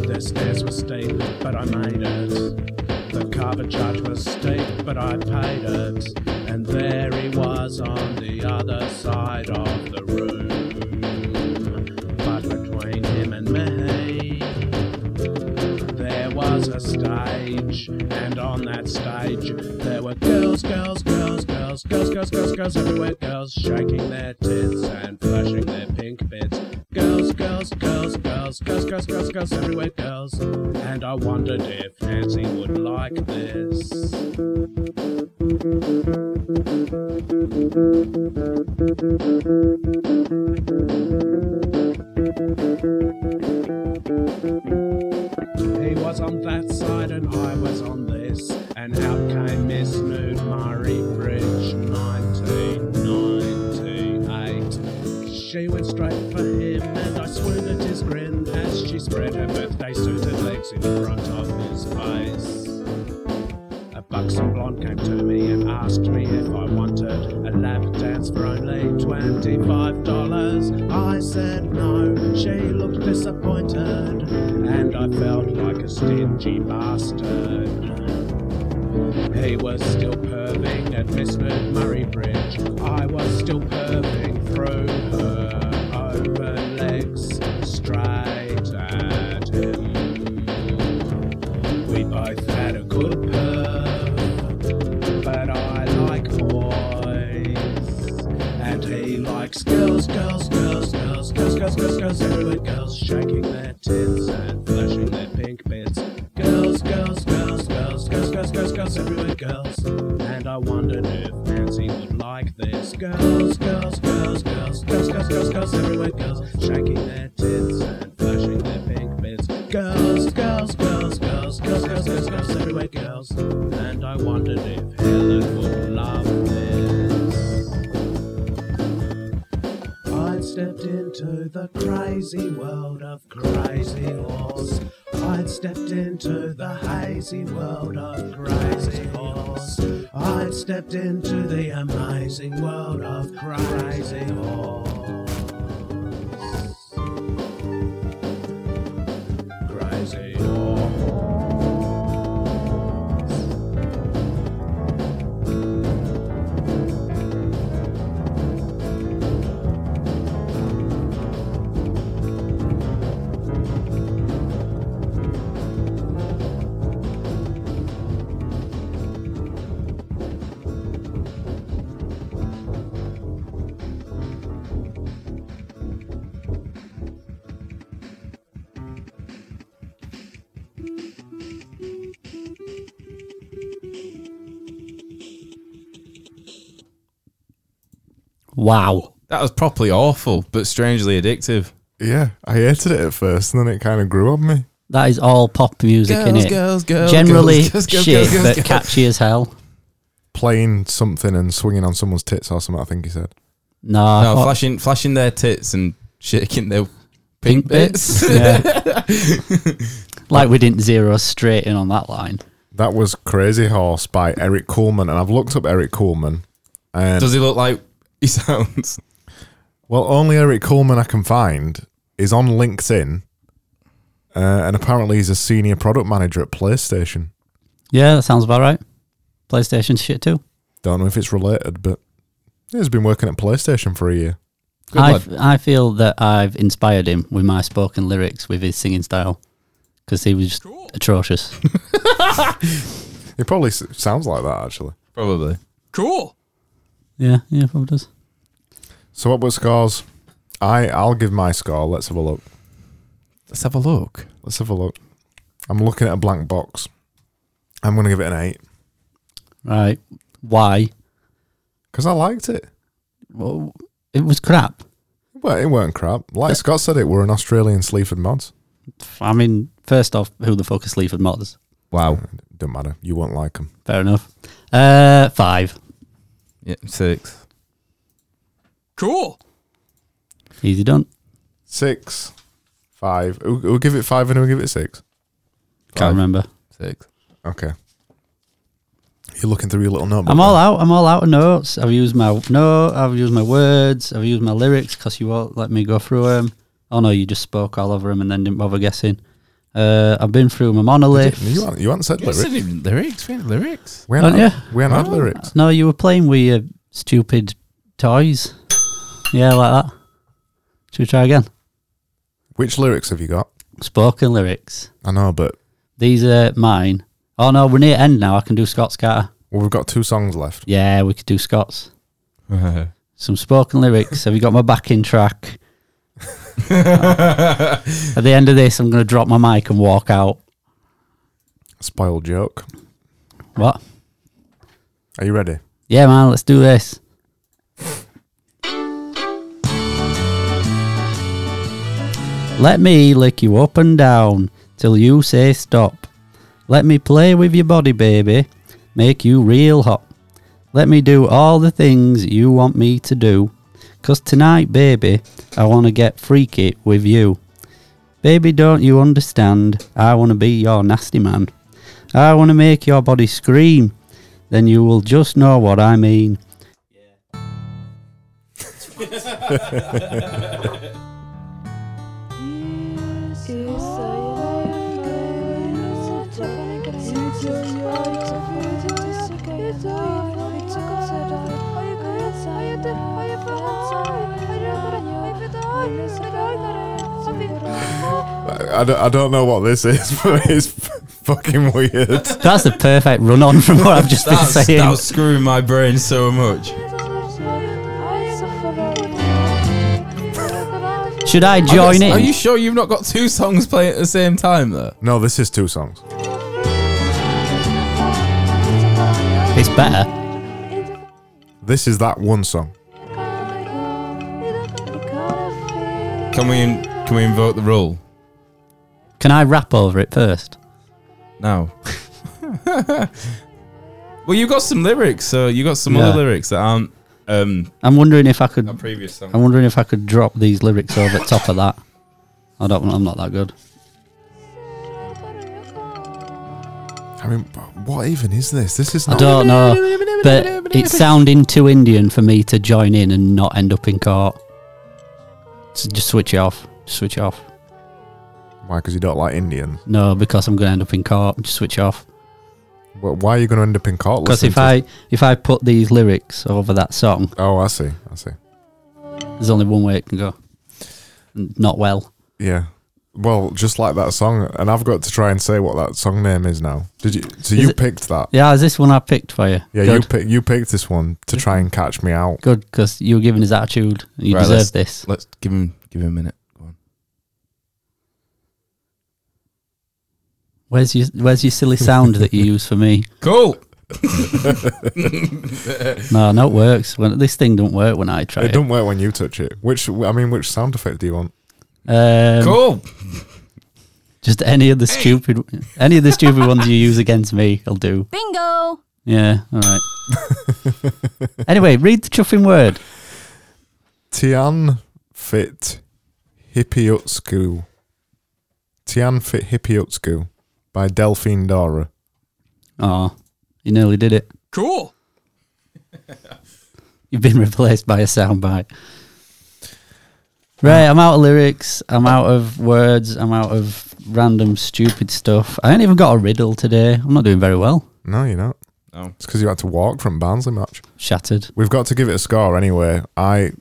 [SPEAKER 6] The stairs were steep, but I made it. The carver charge was steep, but I paid it. And there he was on the other side of the room. But between him and me, there was a stage. And on that stage, there were girls, girls, girls, girls, girls, girls, girls, girls everywhere. Girls shaking their tits and flashing their pink bits. Girls, girls, girls, girls, girls, girls, girls, girls everywhere, girls. And I wondered if Nancy would like this. He was on that side and I was on this. And out came Miss Nude Murray Bridge 1998. She went straight for him and I swooned at his grin as she spread her birthday suit and legs in front of his face. A buxom blonde came to me and asked me if I wanted a lap dance for only $25. I said no, she looked disappointed, and I felt like a stingy bastard. He was still perving at Miss Moon Murray Bridge. I was still perving through her open legs straight at him. We both had a good perv, but I like boys. And he likes girls, girls, girls, girls, girls, girls, girls, girls, everywhere girls shaking their tits and flashing their pink bits. Girls, girls, girls, girls, girls, girls, girls, girls, everywhere girls. And I wondered if Nancy would like this. Girls, girls, girls, girls, girls, girls, girls, girls, everywhere girls shaking their tits and flashing their pink bits. Girls, girls, girls, girls, girls, girls, girls, girls, everywhere girls. And I wondered if Helen would love this. I'd stepped into the crazy world of crazy horse. I'd stepped into the hazy world of crazy horse. I'd stepped into the amazing world of crazy horse. Crazy horse.
[SPEAKER 3] Wow.
[SPEAKER 1] That was properly awful, but strangely addictive.
[SPEAKER 2] Yeah, I hated it at first, and then it kind of grew on me.
[SPEAKER 3] That is all pop music in it.
[SPEAKER 1] girls, girls.
[SPEAKER 3] Generally
[SPEAKER 1] girls, girls, girls,
[SPEAKER 3] shit,
[SPEAKER 1] girls,
[SPEAKER 3] but
[SPEAKER 1] girls.
[SPEAKER 3] catchy as hell.
[SPEAKER 2] Playing something and swinging on someone's tits or something. I think he said.
[SPEAKER 3] No, I
[SPEAKER 1] No,
[SPEAKER 3] thought-
[SPEAKER 1] flashing, flashing their tits and shaking their pink bits.
[SPEAKER 3] Yeah. like we didn't zero straight in on that line.
[SPEAKER 2] That was Crazy Horse by Eric Coleman, and I've looked up Eric Coleman. And
[SPEAKER 1] Does he look like he sounds?
[SPEAKER 2] well, only Eric Coleman I can find is on LinkedIn, uh, and apparently he's a senior product manager at PlayStation.
[SPEAKER 3] Yeah, that sounds about right. PlayStation shit too.
[SPEAKER 2] Don't know if it's related, but he's been working at PlayStation for a year.
[SPEAKER 1] Good
[SPEAKER 3] I,
[SPEAKER 1] lad.
[SPEAKER 3] f- I feel that I've inspired him with my spoken lyrics with his singing style because he was just atrocious.
[SPEAKER 2] He probably s- sounds like that actually.
[SPEAKER 1] Probably.
[SPEAKER 4] Cool.
[SPEAKER 3] yeah, yeah, probably does.
[SPEAKER 2] So what were scores? I I'll give my score. Let's have a look.
[SPEAKER 1] Let's have a look.
[SPEAKER 2] Let's have a look. I'm looking at a blank box. I'm gonna give it an eight
[SPEAKER 3] Right. Why?
[SPEAKER 2] because I liked it.
[SPEAKER 3] Well, it was crap.
[SPEAKER 2] Well, it weren't crap. Like Scott said, it were an Australian Sleaford mods.
[SPEAKER 3] I mean, first off, who the fuck is Sleaford Mods?
[SPEAKER 1] Wow.
[SPEAKER 2] Don't matter. You won't like them.
[SPEAKER 3] Fair enough. Uh, five.
[SPEAKER 1] Yeah, six.
[SPEAKER 4] Cool.
[SPEAKER 3] Easy done.
[SPEAKER 2] Six, five. Who, who give it five and who give it six?
[SPEAKER 1] Five.
[SPEAKER 3] Can't remember.
[SPEAKER 1] Six.
[SPEAKER 2] Okay. You're looking through your little notebook.
[SPEAKER 3] I'm all out. I'm all out of notes. I've used my no. I've used my words. I've used my lyrics because you won't let me go through them. Oh no, you just spoke all over them and then didn't bother guessing. Uh, I've been through my
[SPEAKER 2] You,
[SPEAKER 3] monolith.
[SPEAKER 2] haven't- you haven't said lyrics.
[SPEAKER 1] even lyrics. We ain't lyrics.
[SPEAKER 2] We haven't,
[SPEAKER 3] Aren't
[SPEAKER 2] had, we haven't had lyrics.
[SPEAKER 3] No, you were playing with your stupid toys. Yeah, like that. Should we try again?
[SPEAKER 2] Which lyrics have you got?
[SPEAKER 3] Spoken lyrics.
[SPEAKER 2] I know, but
[SPEAKER 3] These are mine. Oh no, we're near end now. I can do Scott's Carter.
[SPEAKER 2] well, we've got two songs left.
[SPEAKER 3] Yeah, we could do Scott's. Some spoken lyrics. Have you got my backing track? At the end of this, I'm going to drop my mic and walk out.
[SPEAKER 2] Spoiled joke.
[SPEAKER 3] What?
[SPEAKER 2] Are you ready?
[SPEAKER 3] Yeah, man, let's do this. Let me lick you up and down till you say stop. Let me play with your body, baby, make you real hot. Let me do all the things you want me to do. Cause tonight, baby, I wanna get freaky with you. Baby, don't you understand? I wanna be your nasty man. I wanna make your body scream. Then you will just know what I mean.
[SPEAKER 7] Thank you.
[SPEAKER 2] I don't, I don't know what this is, but it's fucking weird.
[SPEAKER 3] That's the perfect run on from what I've just been
[SPEAKER 1] That's,
[SPEAKER 3] saying.
[SPEAKER 1] that was screwing my brain so much.
[SPEAKER 3] Should I join in?
[SPEAKER 1] Are you sure you've not got two songs playing at the same time though?
[SPEAKER 2] No, this is two songs.
[SPEAKER 3] it's better.
[SPEAKER 2] This is that one song.
[SPEAKER 1] Can we in, can we invoke the rule
[SPEAKER 3] Can I rap over it first?
[SPEAKER 1] now? well, you got some lyrics, so you got some
[SPEAKER 3] Yeah.
[SPEAKER 1] other lyrics that aren't um,
[SPEAKER 3] I'm wondering if I could.
[SPEAKER 1] a previous song.
[SPEAKER 3] I'm wondering if I could drop these lyrics over the top of that. I don't. I'm not that good.
[SPEAKER 2] I mean, what even is this? This is
[SPEAKER 3] I
[SPEAKER 2] not.
[SPEAKER 3] don't know, but it's sounding too Indian for me to join in and not end up in court. So just switch it off. Just switch it off.
[SPEAKER 2] Why? Because you don't like Indian.
[SPEAKER 3] No, because I'm going to end up in court. Just switch it off.
[SPEAKER 2] Well, why are you going to end up in court?
[SPEAKER 3] Because
[SPEAKER 2] listening
[SPEAKER 3] if
[SPEAKER 2] to-
[SPEAKER 3] I if I put these lyrics over that song,
[SPEAKER 2] Oh, I see. I see.
[SPEAKER 3] there's only one way it can go. N- Not well.
[SPEAKER 2] Yeah. Well, just like that song, and I've got to try and say what that song name is now. Did you? So
[SPEAKER 3] Is
[SPEAKER 2] you
[SPEAKER 3] it-
[SPEAKER 2] picked that?
[SPEAKER 3] Yeah, is this one I picked for you?
[SPEAKER 2] Yeah,
[SPEAKER 3] good,
[SPEAKER 2] you pick, you picked this one to try and catch me out.
[SPEAKER 3] good, because you were giving his attitude. And you
[SPEAKER 1] Right, let's-
[SPEAKER 3] deserve this.
[SPEAKER 1] Let's give him give him a minute. Go on.
[SPEAKER 3] Where's your Where's your silly sound that you use for me?
[SPEAKER 1] Cool.
[SPEAKER 3] No, no, it works. When this thing don't work when I try
[SPEAKER 2] It
[SPEAKER 3] it.
[SPEAKER 2] don't work when you touch it. Which I mean, which sound effect do you want?
[SPEAKER 3] Um,
[SPEAKER 1] Cool.
[SPEAKER 3] Just any of the stupid, any of the stupid ones you use against me, I'll do.
[SPEAKER 7] Bingo!
[SPEAKER 3] Yeah, all right. anyway, read the chuffing word.
[SPEAKER 2] Tian Fit Hippiutsku. Tian Fit Hippiutsku by Delphine Dora.
[SPEAKER 3] Oh, you nearly did it.
[SPEAKER 4] Cool.
[SPEAKER 3] You've been replaced by a soundbite. Right, I'm out of lyrics. I'm out of words. I'm out of random stupid stuff. I ain't even got a riddle today. I'm not doing very well.
[SPEAKER 2] No, you're not.
[SPEAKER 1] No.
[SPEAKER 2] It's because you had to walk from Barnsley match.
[SPEAKER 3] Shattered.
[SPEAKER 2] We've got to give it a score anyway. I,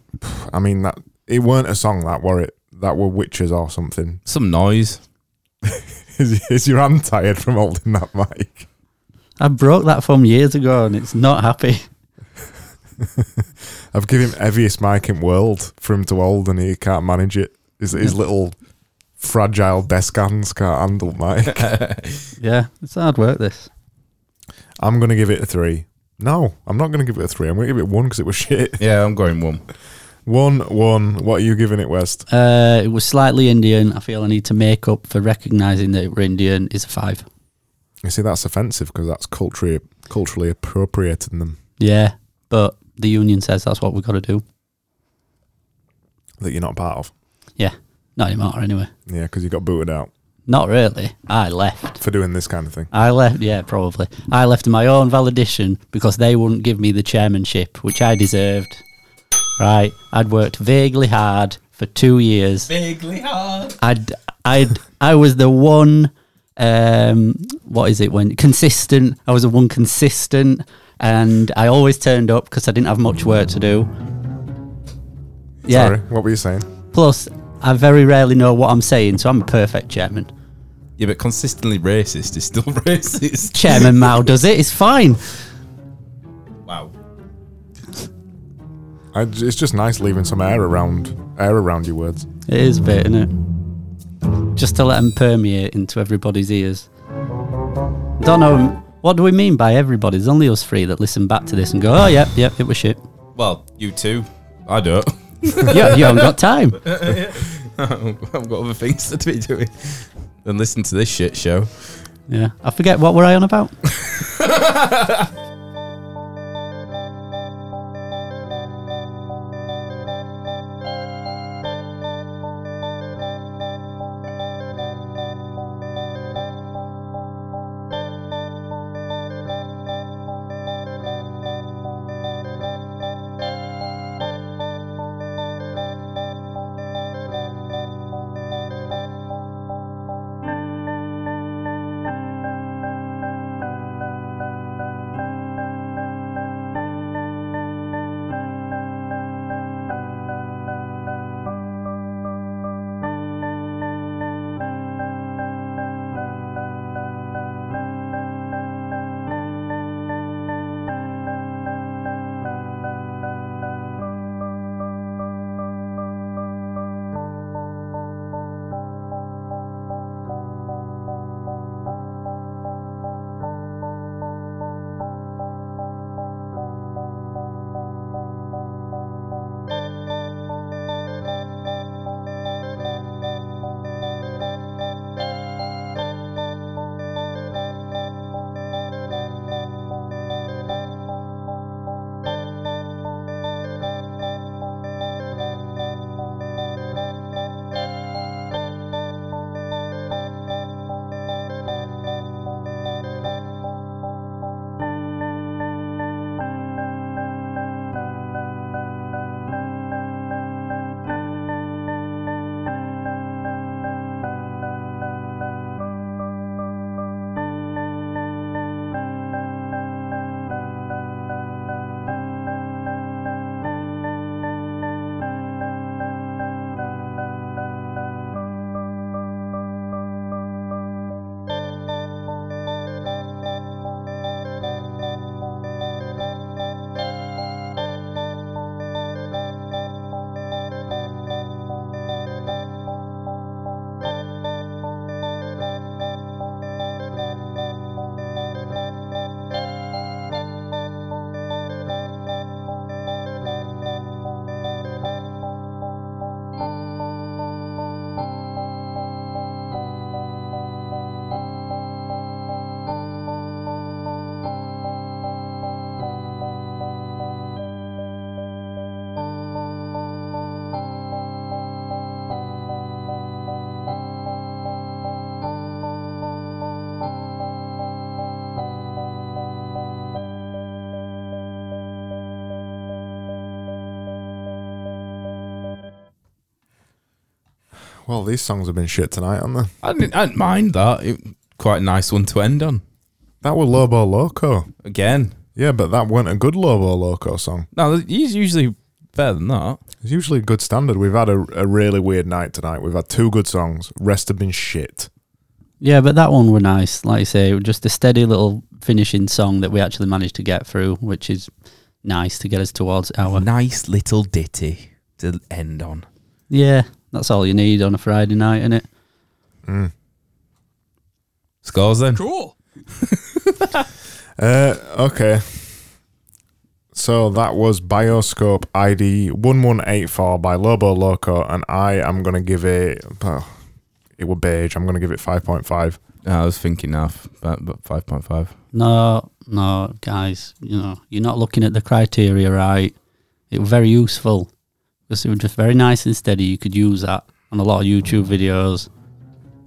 [SPEAKER 2] I mean that it weren't a song that were it. That were witches or something.
[SPEAKER 1] Some noise.
[SPEAKER 2] Is, is your hand tired from holding that mic?
[SPEAKER 3] I broke that phone years ago, and it's not happy.
[SPEAKER 2] I've given him heaviest mic in world for him to hold, and he can't manage it. His, his little fragile desk hands can't handle mic.
[SPEAKER 3] Yeah, it's hard work. This.
[SPEAKER 2] I'm gonna give it a three. No, I'm not gonna give it a three. I'm gonna give it one because it was shit.
[SPEAKER 1] Yeah, I'm going one.
[SPEAKER 2] One, one. What are you giving it, West?
[SPEAKER 3] Uh, it was slightly Indian. I feel I need to make up for recognizing that we're Indian. Is a five.
[SPEAKER 2] You see, that's offensive because that's culturally culturally appropriating them
[SPEAKER 3] Yeah, but the union says that's what we've got to do.
[SPEAKER 2] that you're not part of.
[SPEAKER 3] Yeah, not anymore anyway.
[SPEAKER 2] Yeah, because you got booted out
[SPEAKER 3] Not really. I left.
[SPEAKER 2] for doing this kind of thing.
[SPEAKER 3] I left. Yeah, probably. I left my own valediction because they wouldn't give me the chairmanship, which I deserved. Right, I'd worked vaguely hard for two years.
[SPEAKER 1] Vaguely hard.
[SPEAKER 3] I'd, I'd, I was the one. Um, what is it when consistent? I was the one consistent, and I always turned up because I didn't have much work to do. Yeah.
[SPEAKER 2] Sorry, what were you saying?
[SPEAKER 3] Plus, I very rarely know what I'm saying, so I'm a perfect chairman.
[SPEAKER 1] Yeah, but consistently racist is still racist.
[SPEAKER 3] Chairman Mao does it. It's fine.
[SPEAKER 1] Wow.
[SPEAKER 2] I, it's just nice leaving some air around air around your words.
[SPEAKER 3] It is a bit, isn't it? Just to let them permeate into everybody's ears. Don't know. What do we mean by everybody? There's only us three that listen back to this and go, "Oh, yep, yep, it was shit."
[SPEAKER 1] Well, you too. I don't.
[SPEAKER 3] yeah, you haven't got time.
[SPEAKER 1] I've got other things to be doing. than listen to this shit show.
[SPEAKER 3] Yeah. I forget what were I on about?
[SPEAKER 2] Well, these songs have been shit tonight, haven't they?
[SPEAKER 1] I didn't, I didn't mind that. It, quite a nice one to end on.
[SPEAKER 2] That were Lobo Loco.
[SPEAKER 1] Again,
[SPEAKER 2] Yeah, but that weren't a good Lobo Loco song.
[SPEAKER 1] no, he's usually better than that.
[SPEAKER 2] It's usually a good standard. We've had a, a really weird night tonight. We've had two good songs. Rest have been shit.
[SPEAKER 3] Yeah, but that one were nice. Like I say, it was just a steady little finishing song that we actually managed to get through, which is nice to get us towards our.
[SPEAKER 1] Nice little ditty to end on.
[SPEAKER 3] Yeah, that's all you need on a Friday night, innit?
[SPEAKER 1] Scores then.
[SPEAKER 4] Cool.
[SPEAKER 2] Uh, okay. So that was Bioscope ID 1184 by Lobo Loco, and I am going to give it. oh, it were beige. I'm going to give it 5.5.
[SPEAKER 1] I was thinking half, but, but 5.5.
[SPEAKER 3] No, no, guys, you know, you're not looking at the criteria right. It was very useful because it was just very nice and steady. You could use that on a lot of YouTube videos.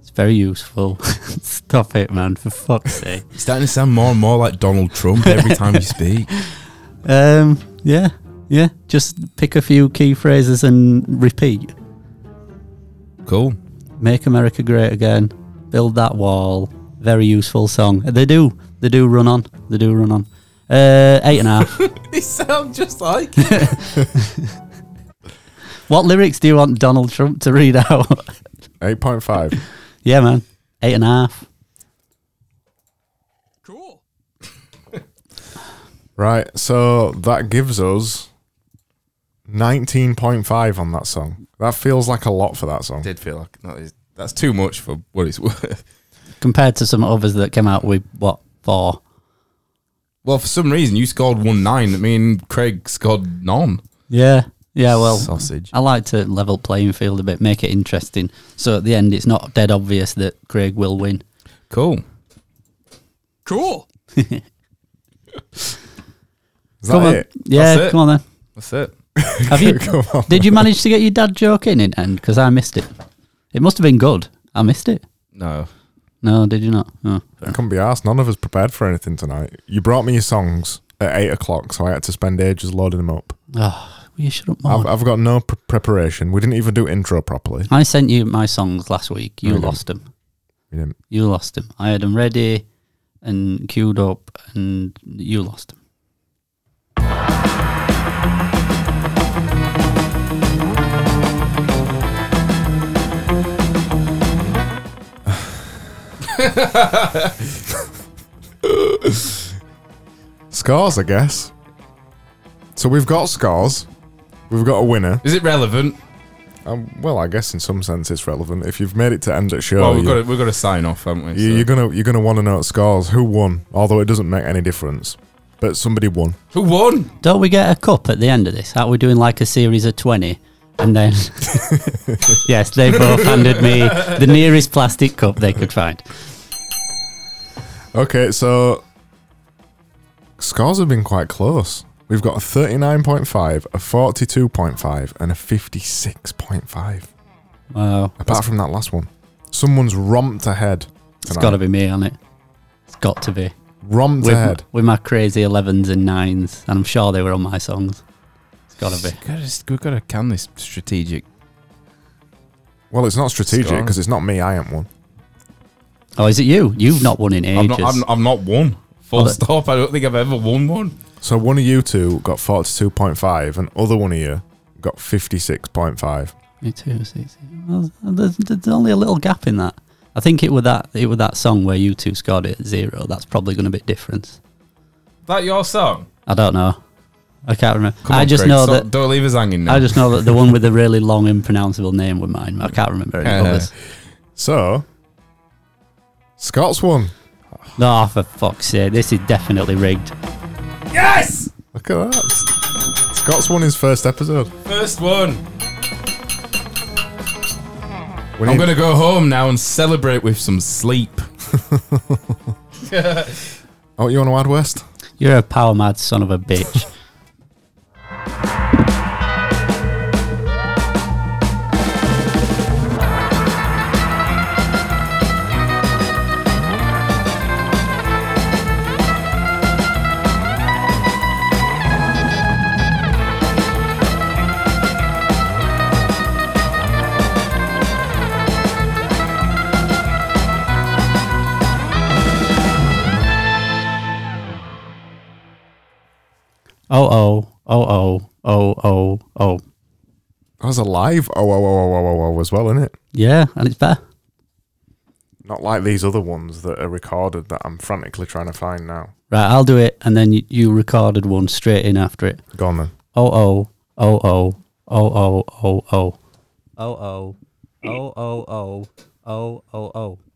[SPEAKER 3] It's very useful. Stop it, man, for fuck's sake.
[SPEAKER 1] It's starting to sound more and more like Donald Trump every time you speak.
[SPEAKER 3] Um, yeah, yeah. Just pick a few key phrases and repeat.
[SPEAKER 1] Cool.
[SPEAKER 3] Make America Great Again. Build that wall. Very useful song. They do. They do run on. They do run on. Uh, eight and a half.
[SPEAKER 1] He sounds just like.
[SPEAKER 3] what lyrics do you want Donald Trump to read out?
[SPEAKER 2] 8.5.
[SPEAKER 3] yeah, man. Eight and a half.
[SPEAKER 4] Cool.
[SPEAKER 2] right. So that gives us 19.5 on that song. That feels like a lot for that song.
[SPEAKER 1] Did feel like that is, that's too much for what it's worth.
[SPEAKER 3] Compared to some others that came out with what four?
[SPEAKER 1] Oh, Well, for some reason, you scored one nine. I mean, Craig scored none.
[SPEAKER 3] Yeah, Yeah, well,
[SPEAKER 1] sausage.
[SPEAKER 3] I like to level playing field a bit, make it interesting. So at the end, it's not dead obvious that Craig will win.
[SPEAKER 1] Cool.
[SPEAKER 4] Cool.
[SPEAKER 2] Is that
[SPEAKER 3] on.
[SPEAKER 2] it?
[SPEAKER 3] Yeah,
[SPEAKER 1] That's it.
[SPEAKER 3] come on then.
[SPEAKER 1] That's it.
[SPEAKER 3] Have you?
[SPEAKER 2] Come on.
[SPEAKER 3] did you manage to get your dad joke in in end? Because I missed it. It must have been good. I missed it.
[SPEAKER 1] No.
[SPEAKER 3] No, did you not? Oh, fair
[SPEAKER 2] I
[SPEAKER 3] enough.
[SPEAKER 2] couldn't be asked. None of us prepared for anything tonight. You brought me your songs at eight o'clock, so I had to spend ages loading them up.
[SPEAKER 3] Oh, will you shut up,
[SPEAKER 2] I've,
[SPEAKER 3] Mark?
[SPEAKER 2] I've got no pr- preparation. We didn't even do intro properly.
[SPEAKER 3] I sent you my songs last week. You
[SPEAKER 2] No, you didn't.
[SPEAKER 3] lost them.
[SPEAKER 2] We didn't.
[SPEAKER 3] You lost them. I had them ready and queued up, and you lost them.
[SPEAKER 2] Scores, I guess. So we've got scores. We've got a winner.
[SPEAKER 1] Is it relevant?
[SPEAKER 2] Um, well, I guess in some sense it's relevant. If you've made it to end at show,
[SPEAKER 1] well, we've
[SPEAKER 2] you,
[SPEAKER 1] got to, we've got to sign off, haven't we?
[SPEAKER 2] you,
[SPEAKER 1] So-
[SPEAKER 2] you're gonna you're gonna want to know the scores. Who won? Although it doesn't make any difference, but somebody won.
[SPEAKER 1] Who won?
[SPEAKER 3] Don't we get a cup at the end of this? Aren't we doing like a series of 20? And then, yes, they both handed me the nearest plastic cup they could find.
[SPEAKER 2] Okay, so scores have been quite close. We've got a 39.5, a 42.5, and a 56.5.
[SPEAKER 3] Wow.
[SPEAKER 2] Apart from that last one, someone's romped ahead.
[SPEAKER 3] It's got to be me on it. It's got to be.
[SPEAKER 2] romped
[SPEAKER 3] With,
[SPEAKER 2] ahead.
[SPEAKER 3] with my crazy 11s and 9s. And I'm sure they were on my songs. It's got to be.
[SPEAKER 1] We've got to can this strategic.
[SPEAKER 2] Well, it's not strategic
[SPEAKER 1] Score.
[SPEAKER 2] because it's not me. I am one.
[SPEAKER 3] Oh, is it you? You've not won in ages.
[SPEAKER 1] I'm not, I'm, I'm not won. Full
[SPEAKER 3] Well, it-
[SPEAKER 1] stop. I don't think I've ever won one.
[SPEAKER 2] So one of you two got 42.5, and other one of you got 56.5.
[SPEAKER 3] Me too. Stacey. Well, there's, there's only a little gap in that. I think it were that it were that song where you two scored it at zero. That's probably going to be a difference.
[SPEAKER 1] That your song?
[SPEAKER 3] I don't know. I can't remember.
[SPEAKER 1] Come
[SPEAKER 3] I
[SPEAKER 1] on,
[SPEAKER 3] just
[SPEAKER 1] Craig,
[SPEAKER 3] know
[SPEAKER 1] so-
[SPEAKER 3] that
[SPEAKER 1] Don't leave us hanging now.
[SPEAKER 3] I just know that the one with the really long impronounceable name were mine. I can't remember any
[SPEAKER 1] Uh,
[SPEAKER 3] others.
[SPEAKER 2] So Scott's won.
[SPEAKER 3] No, for fuck's sake, this is definitely rigged.
[SPEAKER 1] yes!
[SPEAKER 2] Look at that. Scott's won his first episode.
[SPEAKER 1] First one. I'm
[SPEAKER 2] We need-
[SPEAKER 1] going to go home now and celebrate with some sleep.
[SPEAKER 2] Oh, you want to add West?
[SPEAKER 3] You're a power mad son of a bitch. oh oh oh oh oh oh oh.
[SPEAKER 2] That was a live oh oh oh oh oh oh as well, isn't it?
[SPEAKER 3] Yeah, and it's better.
[SPEAKER 2] Not like these other ones that are recorded that I'm frantically trying to find now.
[SPEAKER 3] Right, I'll do it, and then you, you recorded one straight in after it.
[SPEAKER 2] Go on then.
[SPEAKER 3] Oh oh oh oh oh oh oh oh oh oh oh oh oh oh oh